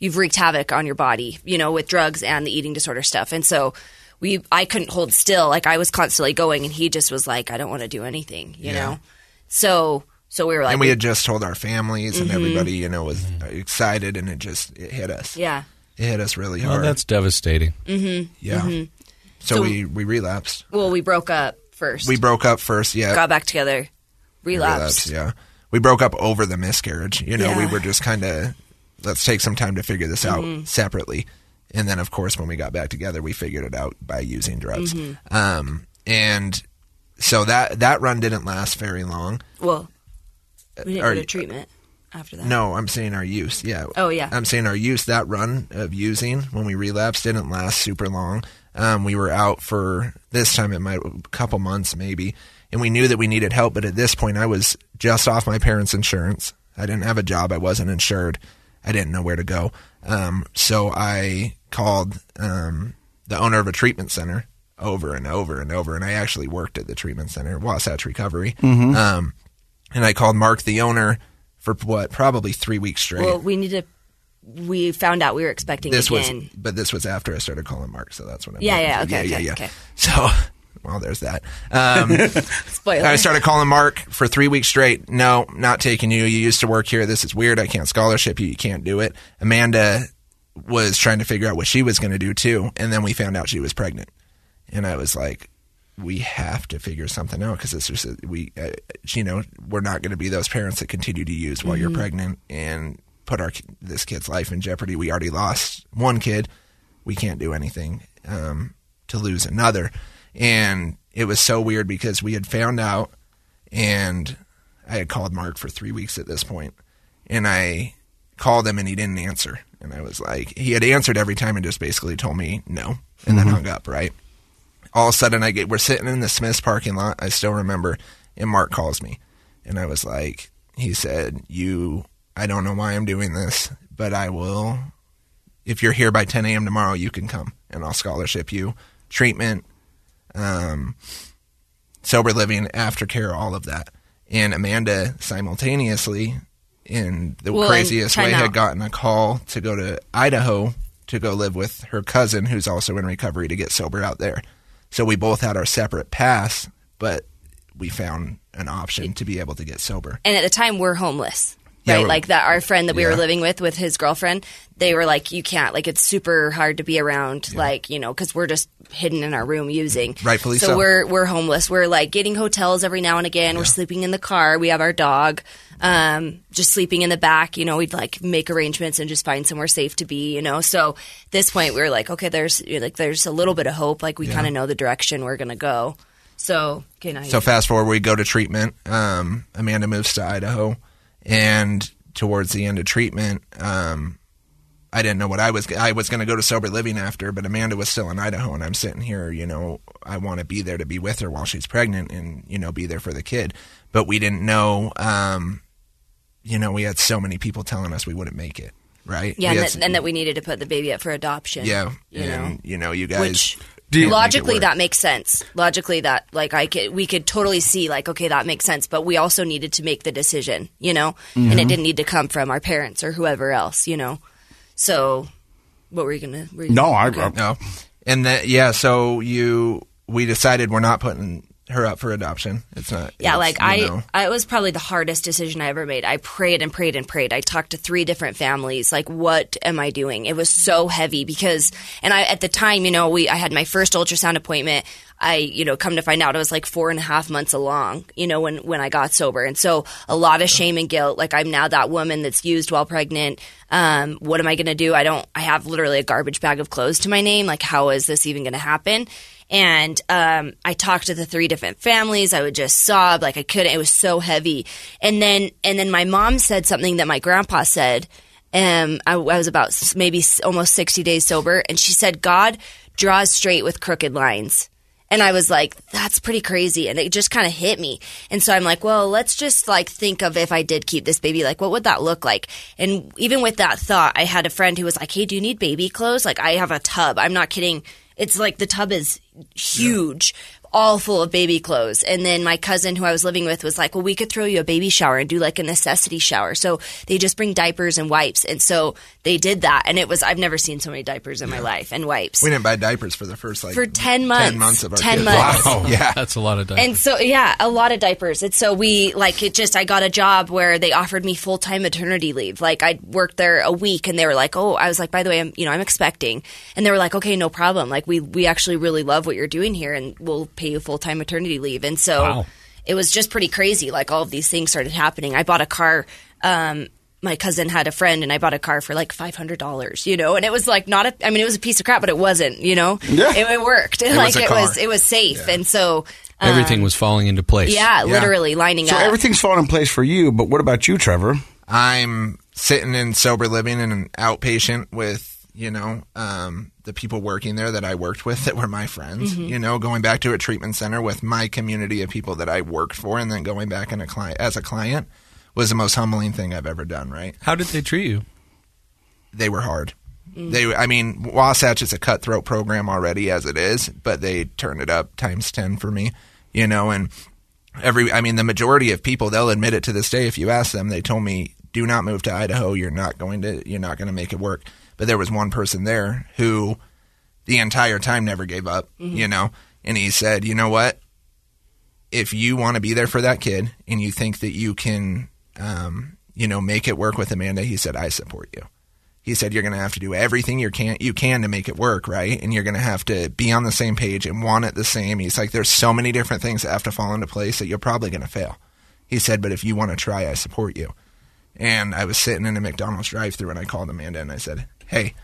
you've wreaked havoc on your body, you know, with drugs and the eating disorder stuff. And so we I couldn't hold still. Like I was constantly going and he just was like I don't want to do anything, you know. So so we Mm-hmm. were like And we had just told our families and everybody, you know, was excited and it just, it hit us. yeah. It hit us really Oh, hard. that's devastating. yeah. Mm-hmm. So, we, we relapsed. Well, we broke up first. We broke up first. Yeah. got back together. relapse. Relapsed. Yeah, we broke up over the miscarriage. You know, we Yeah. Mm-hmm. were just kind of let's take some time to figure this out separately, and then of course when we got back together, we figured it out by using drugs. Mm-hmm. Um, and so that that run didn't last very long. Well, we didn't Uh, Are go to you- treatment after that. No, I'm saying our use. Yeah. Oh, yeah. I'm saying our use. That run of using when we relapsed didn't last super long. Um, we were out for this time it might a couple months maybe, and we knew that we needed help. But at this point, I was just off my parents' insurance. I didn't have a job. I wasn't insured. I didn't know where to go. Um, so I called um, the owner of a treatment center over and over and over, and I actually worked at the treatment center, Wasatch Recovery. Um, and I called Mark, the owner, for what probably three weeks straight. Well, we need to. We found out we were expecting this again. was, but this was after I started calling Mark, so that's what I'm. Yeah, looking yeah, for. okay, yeah, okay, yeah, yeah. okay. So, well, there's that. Um, Spoiler. I started calling Mark for three weeks straight. No, not taking you. You used to work here. This is weird. I can't scholarship you. You can't do it. Amanda was trying to figure out what she was going to do too, and then we found out she was pregnant, and I was like, we have to figure something out because it's just we, uh, you know, we're not going to be those parents that continue to use while you're pregnant and put our this kid's life in jeopardy. We already lost one kid. We can't do anything um, to lose another, and it was so weird because we had found out and I had called Mark for three weeks at this point, and I called him and he didn't answer, and I was like, he had answered every time and just basically told me no, and then hung up. Right. All of a sudden, I get we're sitting in the Smiths parking lot. I still remember, and Mark calls me, and I was like, he said, "You, I don't know why I'm doing this, but I will. If you're here by 10 a.m. tomorrow, you can come, and I'll scholarship you treatment." Um, sober living, aftercare, all of that. And Amanda simultaneously, in the Well, and craziest way, time had out. gotten a call to go to Idaho to go live with her cousin, who's also in recovery, to get sober out there. So we both had our separate paths, but we found an option to be able to get sober. and at the time, we're homeless. right? well- like that, our friend that we were Yeah. living with, with his girlfriend, they were like, you can't, like, it's super hard to be around, like, you know, because we're just hidden in our room using. Rightfully so. we're we're homeless. We're like getting hotels every now and again. We're sleeping in the car. We have our dog. Um, just sleeping in the back. You know, we'd like make arrangements and just find somewhere safe to be. You know, so at this point we were like, okay, there's like there's a little bit of hope. Like we kind of know the direction we're gonna go. So okay, now you So fast forward, we go to treatment. Um, Amanda moves to Idaho, and towards the end of treatment, um, I didn't know what I was. I was going to go to sober living after, but Amanda was still in Idaho, and I'm sitting here. You know, I want to be there to be with her while she's pregnant, and you know, be there for the kid. But we didn't know. Um, you know, we had so many people telling us we wouldn't make it. Right? yeah, We and had that, and that we needed to put the baby up for adoption. yeah, you and know. you know, you guys. Which- Do you- logically work. that makes sense logically that like i could we could totally see like okay that makes sense but we also needed to make the decision you know and Mm-hmm. it didn't need to come from our parents or whoever else you know so what were you gonna were you No, I. Oh. I- No. And that yeah, so you we decided we're not putting her up for adoption. It's not yeah it's, like you I, know. I it was probably the hardest decision i ever made i prayed and prayed and prayed i talked to three different families like what am i doing it was so heavy because and i at the time you know we i had my first ultrasound appointment i you know come to find out it was like four and a half months along you know when when i got sober and so a lot of shame and guilt like i'm now that woman that's used while pregnant um, what am i going to do i don't i have literally a garbage bag of clothes to my name like how is this even going to happen and um, I talked to the three different families. I would just sob like I couldn't. It was so heavy. And then and then my mom said something that my grandpa said. Um, I, I was about s- maybe s- almost sixty days sober, and she said, "God draws straight with crooked lines." And I was like, that's pretty crazy. And it just kind of hit me. And so I'm like, well, let's just like think of if I did keep this baby, like what would that look like? And even with that thought, I had a friend who was like, hey, do you need baby clothes? Like I have a tub. I'm not kidding. It's like the tub is huge, all full of baby clothes. And then my cousin who I was living with was like, well, we could throw you a baby shower and do like a necessity shower. So they just bring diapers and wipes. And so they did that. And it was, I've never seen so many diapers in my life and wipes. we didn't buy diapers for the first like For 10 months. 10 months of our 10 kids. months. Wow. Yeah. That's a lot of diapers. And so, yeah, a lot of diapers. And so we like it. Just I got a job where they offered me full time maternity leave. Like I worked there a week, and they were like, "Oh, I was like, by the way, I'm you know I'm expecting," and they were like, "Okay, no problem. Like we we actually really love what you're doing here, and we'll pay you full time maternity leave." And so Wow. it was just pretty crazy. Like all of these things started happening. I bought a car. Um, my cousin had a friend, and I bought a car for like five hundred dollars. You know, and it was like not a. I mean, it was a piece of crap, but it wasn't. You know, it, it worked. like a it car. was it was safe, and so. Everything was falling into place. Uh, Yeah, literally lining So up. everything's falling in place for you, but what about you, Trevor? I'm sitting in sober living in an outpatient with, you know, um, the people working there that I worked with that were my friends, Mm-hmm. you know, going back to a treatment center with my community of people that I worked for and then going back in a client as a client was the most humbling thing I've ever done, right? How did they treat you? they were hard. They, I mean, Wasatch is a cutthroat program already as it is, but they turned it up times ten for me, you know. And every, I mean, the majority of people they'll admit it to this day. If you ask them, they told me, "Do not move to Idaho. You're not going to. You're not going to make it work." But there was one person there who, the entire time, never gave up, you know. And he said, "You know what? if you want to be there for that kid and you think that you can, um, you know, make it work with Amanda, he said, I support you. He said, you're going to have to do everything you can, you can to make it work, right? And you're going to have to be on the same page and want it the same. He's like, there's so many different things that have to fall into place that you're probably going to fail. He said, but if you want to try, I support you. And I was sitting in a McDonald's drive through and I called Amanda and I said, hey,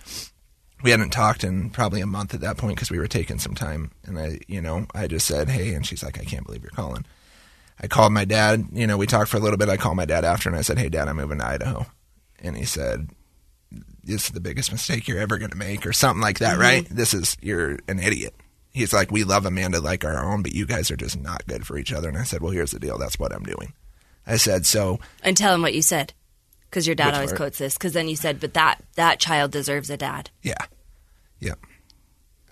we hadn't talked in probably a month at that point because we were taking some time. And I, you know, I just said, hey, and she's like, I can't believe you're calling. I called my dad. You know, we talked for a little bit. I called my dad after and I said, hey, dad, I'm moving to Idaho. And he said, this is the biggest mistake you're ever going to make or something like that, right? This is, you're an idiot. He's like, we love Amanda like our own, but you guys are just not good for each other. And I said, well, here's the deal. That's what I'm doing. I said, so and tell him what you said, because your dad Which always part? quotes this. Because then you said, "But that that child deserves a dad." Yeah. Yeah.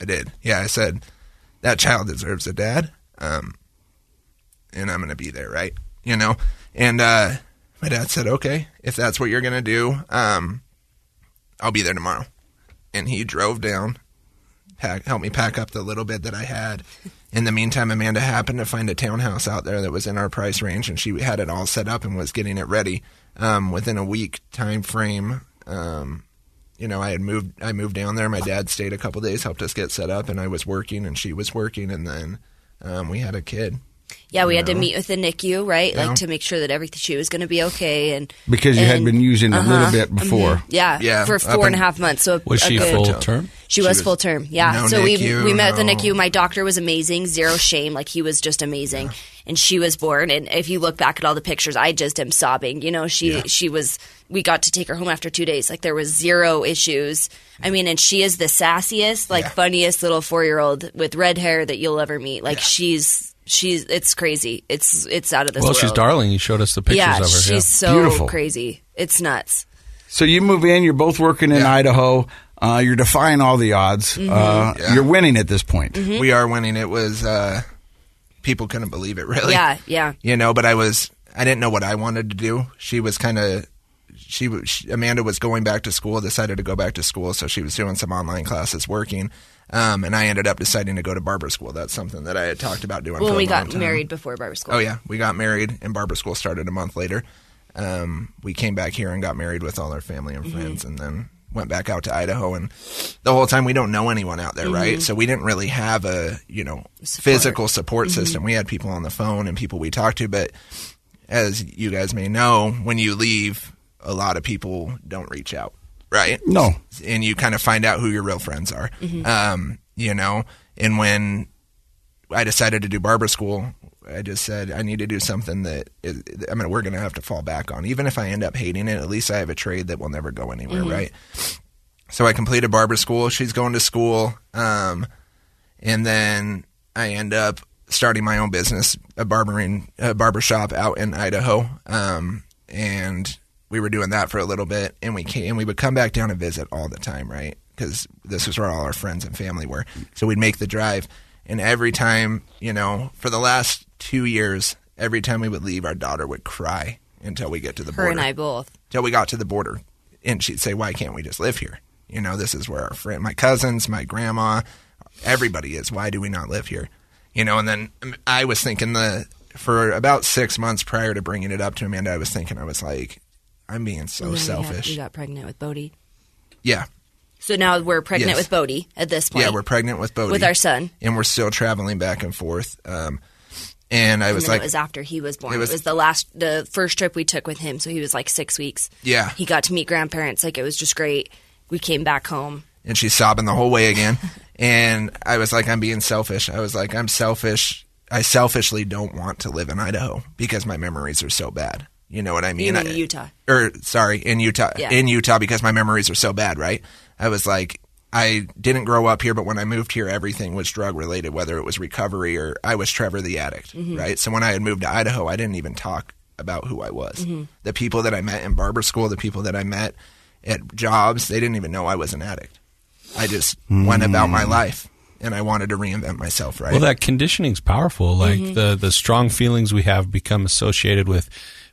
I did. Yeah, I said that child deserves a dad. Um and I'm going to be there, right? You know. And uh my dad said, "Okay, if that's what you're going to do, um I'll be there tomorrow." And he drove down, pack, helped me pack up the little bit that I had. In the meantime, Amanda happened to find a townhouse out there that was in our price range, and she had it all set up and was getting it ready. um, within a week time frame. Um, you know, I had moved. I moved down there. My dad stayed a couple days, helped us get set up, and I was working, and she was working, and then um, we had a kid. Yeah, we you had to know? meet with the NICU, right? Yeah. Like to make sure that everything she was going to be okay, and Because you had and- been using a little bit before. Mhm. Yeah, Yeah, for up four and a in- half months. So Was a she good- full term? She, She was was full term. Yeah. no so we NICU, we met at the no- NICU. My doctor was amazing, zero shame. Like he was just amazing, and she was born. And if you look back at all the pictures, I just am sobbing. You know, she she was. We got to take her home after two days. Like there was zero issues. I mean, and she is the sassiest, like funniest little four year old with red hair that you'll ever meet. Like she's she's it's crazy. It's it's out of this Well, world. she's darling. You showed us the pictures yeah, of her. she's yeah. so Beautiful. crazy. It's nuts. So you move in. You're both working in Idaho. Uh, you're defying all the odds. Uh, Yeah. You're winning at this point. Mm-hmm. We are winning. It was uh, people couldn't believe it, really. yeah, yeah. you know but i was i didn't know what i wanted to do she was kind of she, was- she amanda was going back to school decided to go back to school so she was doing some online classes working um, and i ended up deciding to go to barber school that's something that i had talked about doing for When a we long got time. married before barber school. oh yeah we got married and barber school started a month later um, we came back here and got married with all our family and friends and then went back out to idaho and the whole time we don't know anyone out there right so we didn't really have a you know physical support system we had people on the phone and people we talked to but as you guys may know, when you leave, a lot of people don't reach out, right? No. And you kind of find out who your real friends are, um, you know? And when I decided to do barber school, I just said, I need to do something that is, I mean, we're going to have to fall back on. Even if I end up hating it, at least I have a trade that will never go anywhere, right? So I completed barber school. She's going to school. Um, and then I end up starting my own business, a barbering a barber shop out in Idaho. Um, and we were doing that for a little bit, and we came, and we would come back down and visit all the time, right? Because this was where all our friends and family were. So we'd make the drive, and every time, you know, for the last two years, every time we would leave, our daughter would cry until we get to the Her border and I both. till we got to the border. And she'd say, Why can't we just live here? You know, this is where our friend, my cousins, my grandma, everybody is. Why do we not live here? You know, and then um, I was thinking the, for about six months prior to bringing it up to Amanda, I was thinking, I was like, I'm being so And then we got- selfish. We got pregnant with Bodie. yeah. So now we're pregnant Yes. with Bodie at this point. Yeah, we're pregnant with Bodie. With our son. And we're still traveling back and forth. Um, and I And was then like, it was after he was born. It It was, was- the last, the first trip we took with him. So he was like six weeks. Yeah. He got to meet grandparents. Like it was just great. We came back home. and she's sobbing the whole way again. and I was like, I'm being selfish. I was like, I'm selfish. I selfishly don't want to live in Idaho because my memories are so bad. You know what I mean? mean I- Utah. Or sorry, in Utah. Yeah. In Utah because my memories are so bad, right? I was like, I didn't grow up here, but when I moved here, everything was drug related, whether it was recovery or I was Trevor the addict, Mm-hmm. right? So when I had moved to Idaho, I didn't even talk about who I was. Mm-hmm. The people that I met in barber school, the people that I met at jobs, they didn't even know I was an addict. I just went about my life and I wanted to reinvent myself, right? Mm. Well, that conditioning's powerful. Like the the strong feelings we have become associated with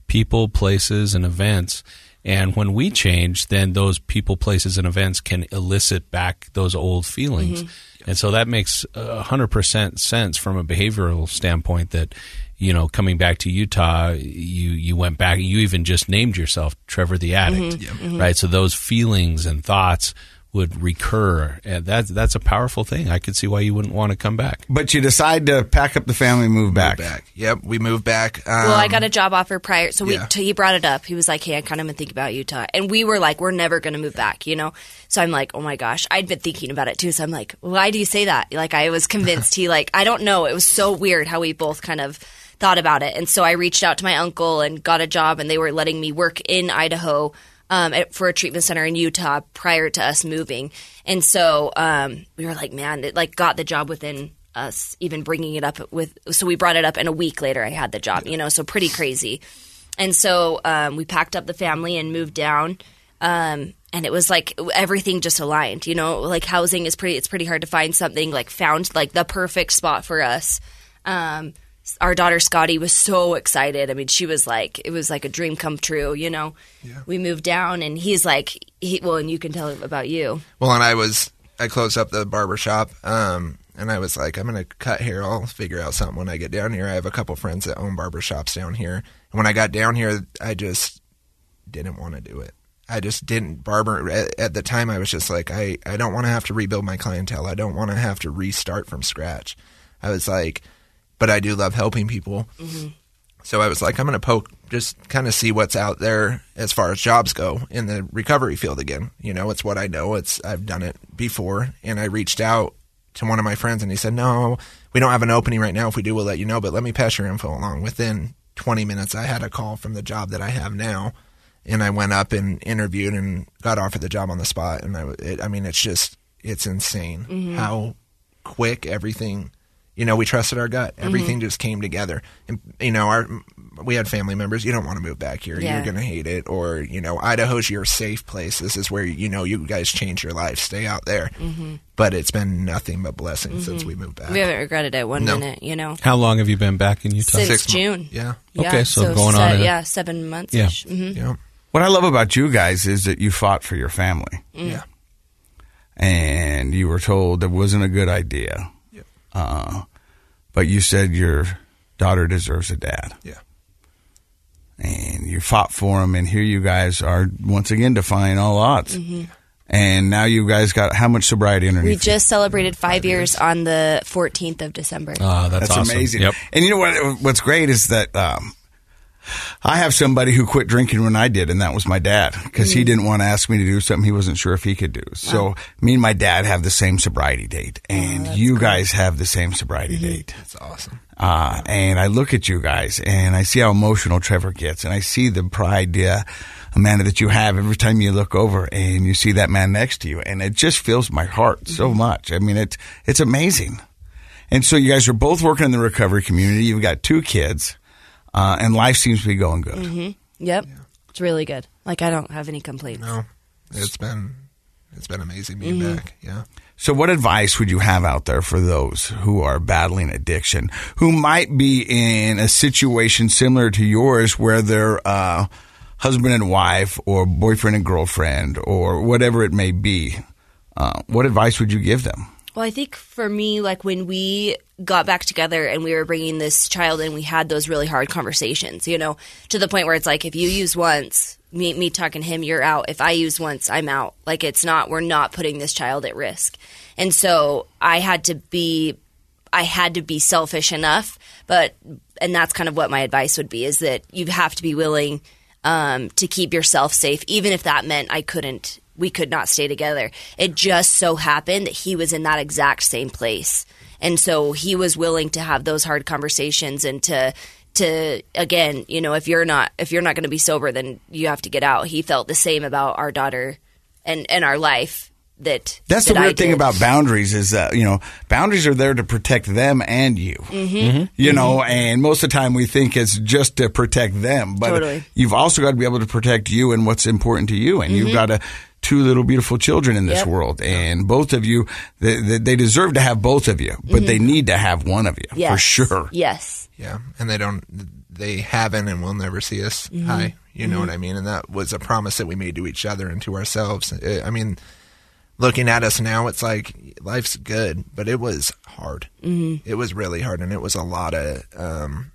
people, places, and events. And when we change, then those people, places, and events can elicit back those old feelings. And so that makes uh, 100% sense from a behavioral standpoint that, you know, coming back to Utah, you, you went back, you even just named yourself Trevor the Addict, right? So those feelings and thoughts would recur. And that's, that's a powerful thing. I could see why you wouldn't want to come back. But you decide to pack up the family and move back. back. Yep, we moved back. Um, Well, I got a job offer prior, so we yeah. t- he brought it up. He was like, "Hey, I kind of been thinking about Utah," and we were like, "We're never going to move back," you know. So I'm like, "Oh my gosh," I'd been thinking about it too. So I'm like, "Why do you say that?" Like I was convinced he like I don't know. It was so weird how we both kind of thought about it, and so I reached out to my uncle and got a job, and they were letting me work in Idaho um, at- for a treatment center in Utah prior to us moving. And so um, we were like, man, it like got the job within us even bringing it up with. So we brought it up, and a week later, I had the job. You know, so pretty crazy. And so um, we packed up the family and moved down. Um, and it was like everything just aligned, you know, like housing is pretty, it's pretty hard to find something like found like the perfect spot for us. Um, our daughter Scotty was so excited. I mean, she was like, it was like a dream come true, you know. We moved down, and he's like, he, well, and you can tell him about you. Well, and I was I closed up the barber shop, um, and I was like, I'm gonna cut hair. I'll figure out something when I get down here. I have a couple friends that own barber shops down here, and when I got down here, I just didn't want to do it. I just didn't. Barber at, at the time, I was just like, I, I don't want to have to rebuild my clientele. I don't want to have to restart from scratch. I was like, but I do love helping people. Mhm. So I was like, I'm going to poke, just kind of see what's out there as far as jobs go in the recovery field again. You know, it's what I know. It's I've done it before, and I reached out to one of my friends, and he said, "No, we don't have an opening right now. If we do, we'll let you know, but let me pass your info along." Within 20 minutes, I had a call from the job that I have now, and I went up and interviewed and got offered the job on the spot. And I, w- it, I mean, it's just it's insane Mhm. how quick everything you know we trusted our gut everything Mm-hmm. just came together and you know our we had family members you don't want to move back here Yeah. you're going to hate it or you know idaho's your safe place this is where you know you guys change your life stay out there Mhm. but it's been nothing but blessings since Mhm. we moved back We haven't regretted it one No. minute, you know. How long have you been back in Utah? Since June. Yeah. Okay, so going se- on a- Yeah, seven months. Yeah. Mm-hmm. What I love about you guys is that you fought for your family. Yeah. And you were told that wasn't a good idea. Uh, but you said your daughter deserves a dad. Yeah. And you fought for him, and here you guys are once again defying all odds. Mhm. And now you guys got how much sobriety underneath? We you? just celebrated five years on the 14th of December. Ah, amazing. And you know what? What's great is that um, I have somebody who quit drinking when I did, and that was my dad because he Mm. didn't want to ask me to do something he wasn't sure if he could do. So me and my dad have the same sobriety date, and you guys have the same sobriety date. That's awesome. Uh, and I look at you guys and I see how emotional Trevor gets and I see the pride, uh, Amanda, that you have every time you look over and you see that man next to you. And it just fills my heart so much. I mean, it's, it's amazing. And so you guys are both working in the recovery community. You've got two kids, uh, and life seems to be going good. hmm Yep. It's really good. Like, I don't have any complaints. No. it's been it's been amazing being Mhm. back yeah So, what advice would you have out there for those who are battling addiction, who might be in a situation similar to yours where they're uh, husband and wife, or boyfriend and girlfriend, or whatever it may be? Uh, what advice would you give them? Well, I think for me, like when we got back together and we were bringing this child in, we had those really hard conversations, you know, to the point where it's like, if you use once, me, me talking to him, you're out. If I use once, I'm out. Like it's not, we're not putting this child at risk. And so I had to be, I had to be selfish enough, but, and that's kind of what my advice would be is that you have to be willing um, to keep yourself safe, even if that meant I couldn't, we could not stay together. It just so happened that he was in that exact same place. And so he was willing to have those hard conversations and to, to again, you know, if you're not if you're not going to be sober, then you have to get out. He felt the same about our daughter and and our life that That's that the I weird thing did. about boundaries is that, you know, boundaries are there to protect them and you. Mhm. You know, and most of the time we think it's just to protect them, but Totally. you've also got to be able to protect you and what's important to you. And Mhm. you've got to, two little beautiful children in this Yep. world. And both of you, they, they- they deserve to have both of you, but they Mhm. need to have one of you for Yes. sure. Yes. Yeah, and they don't, they haven't and will never see us Mhm. high. You know Mhm. what I mean? And that was a promise that we made to each other and to ourselves. Uh, I mean, looking at us now, it's like life's good, but it was hard. Mhm. It was really hard, and it was a lot of um,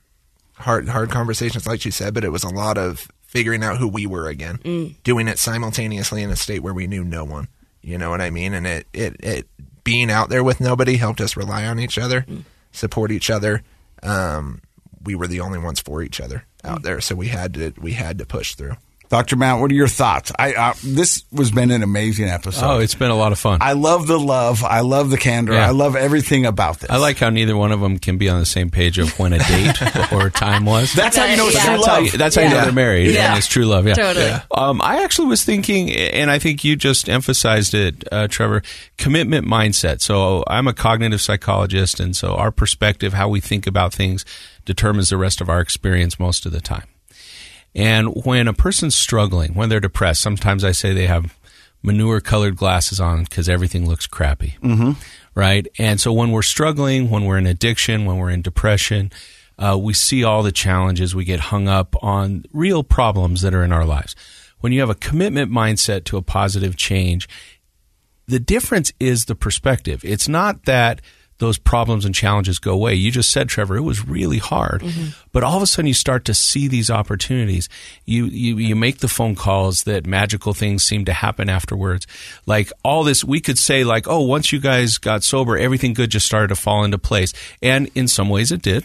hard, hard conversations, like you said. But it was a lot of figuring out who we were again, Mm. doing it simultaneously in a state where we knew no one. You know what I mean? And it, it, it being out there with nobody helped us rely on each other, support each other. Um, we were the only ones for each other out there, so we had to, we had to push through. Dr. Mount, what are your thoughts? I uh, This has been an amazing episode. Oh, it's been a lot of fun. I love the love. I love the candor. Yeah. I love everything about this. I like how neither one of them can be on the same page of when a date or time was. That's how you know it's That's true how love. you- that's how you know Yeah. they're married Yeah. and it's true love. Yeah, Totally. Yeah. Um, I actually was thinking, and I think you just emphasized it, uh, Trevor. Commitment mindset. So I'm a cognitive psychologist, and so our perspective, how we think about things, determines the rest of our experience most of the time. And when a person's struggling, when they're depressed, sometimes I say they have manure colored glasses on because everything looks crappy. Mm-hmm. Mhm. Right. And so when we're struggling, when we're in addiction, when we're in depression, uh, we see all the challenges. We get hung up on real problems that are in our lives. When you have a commitment mindset to a positive change, the difference is the perspective. It's not that those problems and challenges go away. You just said, Trevor, it was really hard, but all of a sudden you start to see these opportunities. You, you you make the phone calls that magical things seem to happen afterwards. Like all this, we could say like, oh, once you guys got sober, everything good just started to fall into place, and in some ways it did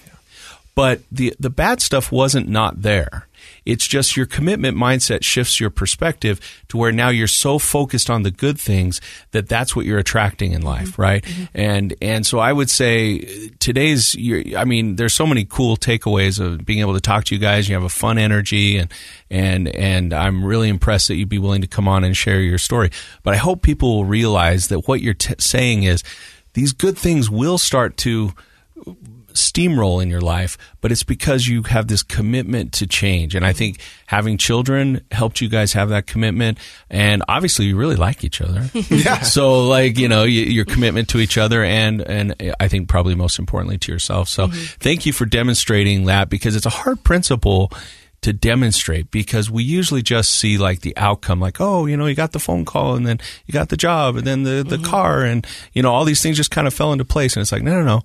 but the the bad stuff wasn't not there. It's just your commitment mindset shifts your perspective to where now you're so focused on the good things that that's what you're attracting in life, right? And and so I would say today's your- I mean there's so many cool takeaways of being able to talk to you guys. You have a fun energy and and and I'm really impressed that you'd be willing to come on and share your story. But I hope people will realize that what you're t- saying is these good things will start to steamroll in your life, but it's because you have this commitment to change. And I think having children helped you guys have that commitment. And obviously, you really like each other. yeah. So, like you know, y your commitment to each other, and and I think probably most importantly to yourself. So, thank you for demonstrating that because it's a hard principle to demonstrate because we usually just see like the outcome like oh you know you got the phone call and then you got the job and then the, the car and you know all these things just kind of fell into place and it's like no no no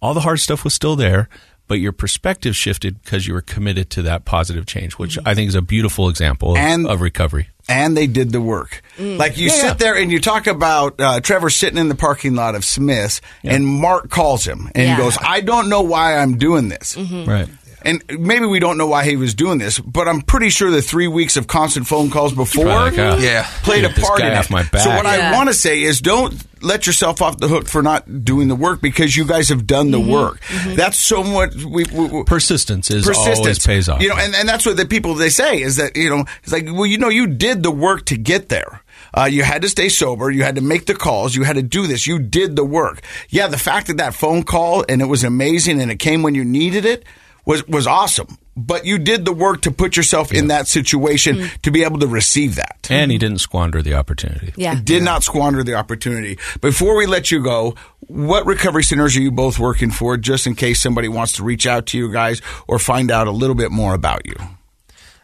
all the hard stuff was still there but your perspective shifted because you were committed to that positive change which i think is a beautiful example of, Mm-hmm. And- of recovery and they did the work. Mm. Like you sit there and you talk about uh, Trevor sitting in the parking lot of Smith's, and Mark calls him and Yeah. he goes, "I don't know why I'm doing this." right And maybe we don't know why he was doing this, but I'm pretty sure the three weeks of constant phone calls before Probably like, uh, Yeah. played get a this part guy in off it. my So back. what I want to say is, don't let yourself off the hook for not doing the work because you guys have done the Mm-hmm. work. That's so much. We, we, we- persistence is always pays off you know, and, and that's what the people they say is that you know it's like well, you know, you did the work to get there. Uh, you had to stay sober. You had to make the calls. You had to do this. You did the work. Yeah, the fact that that phone call and it was amazing and it came when you needed it was was awesome. But you did the work to put yourself in that situation Mm. to be able to receive that. and he didn't squander the opportunity Yeah. Did not squander the opportunity. Before we let you go, what recovery centers are you both working for, just in case somebody wants to reach out to you guys or find out a little bit more about you?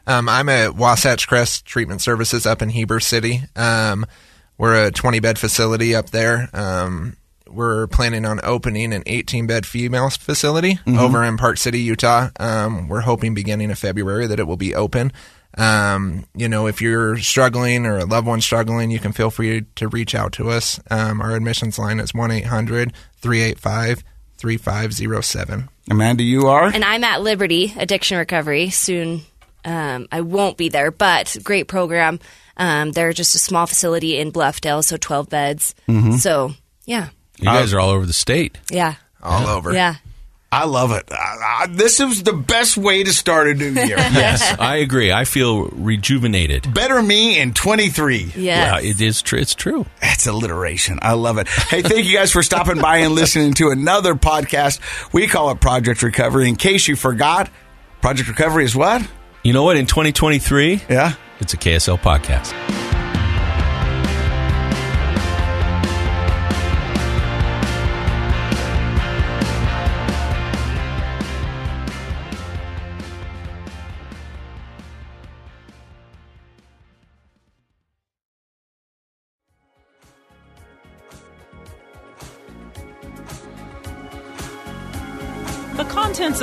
Um, I'm at Wasatch Crest Treatment Services up in Heber City. Um, we're a 20 bed facility up there. Um, we're planning on opening an 18 bed female facility over in Park City, Utah. Um, we're hoping beginning of February that it will be open. Um, you know, if you're struggling or a loved one struggling, you can feel free to reach out to us. Um, our admissions line is 1 800 385 3507. Amanda, you are? And I'm at Liberty Addiction Recovery soon. Um, I won't be there, but great program. Um, they're just a small facility in Bluffdale, so 12 beds. So, yeah. you guys are all over the state Yeah. All over. Yeah. I love it. I, I, this is the best way to start a new year. yes i agree i feel rejuvenated Better me in 23. Yeah, Yeah. it is. Tr- it's true. That's alliteration. I love it. Hey, thank you guys for stopping by and listening to another podcast. We call it Project Recovery. In case you forgot, Project Recovery is what? You know what? In 2023, Yeah. it's a KSL podcast. The contents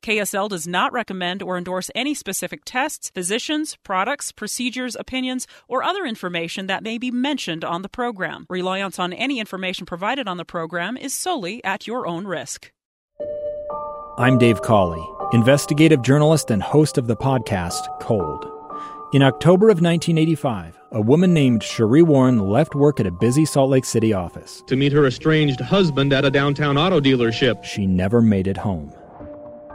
KSL does not recommend or endorse any specific tests, physicians, products, procedures, opinions, or other information that may be mentioned on the program. Reliance on any information provided on the program is solely at your own risk. I'm Dave Cawley, investigative journalist and host of the podcast Cold. In October of 1985, a woman named Cherie Warren left work at a busy Salt Lake City office. To meet her estranged husband at a downtown auto dealership. She never made it home.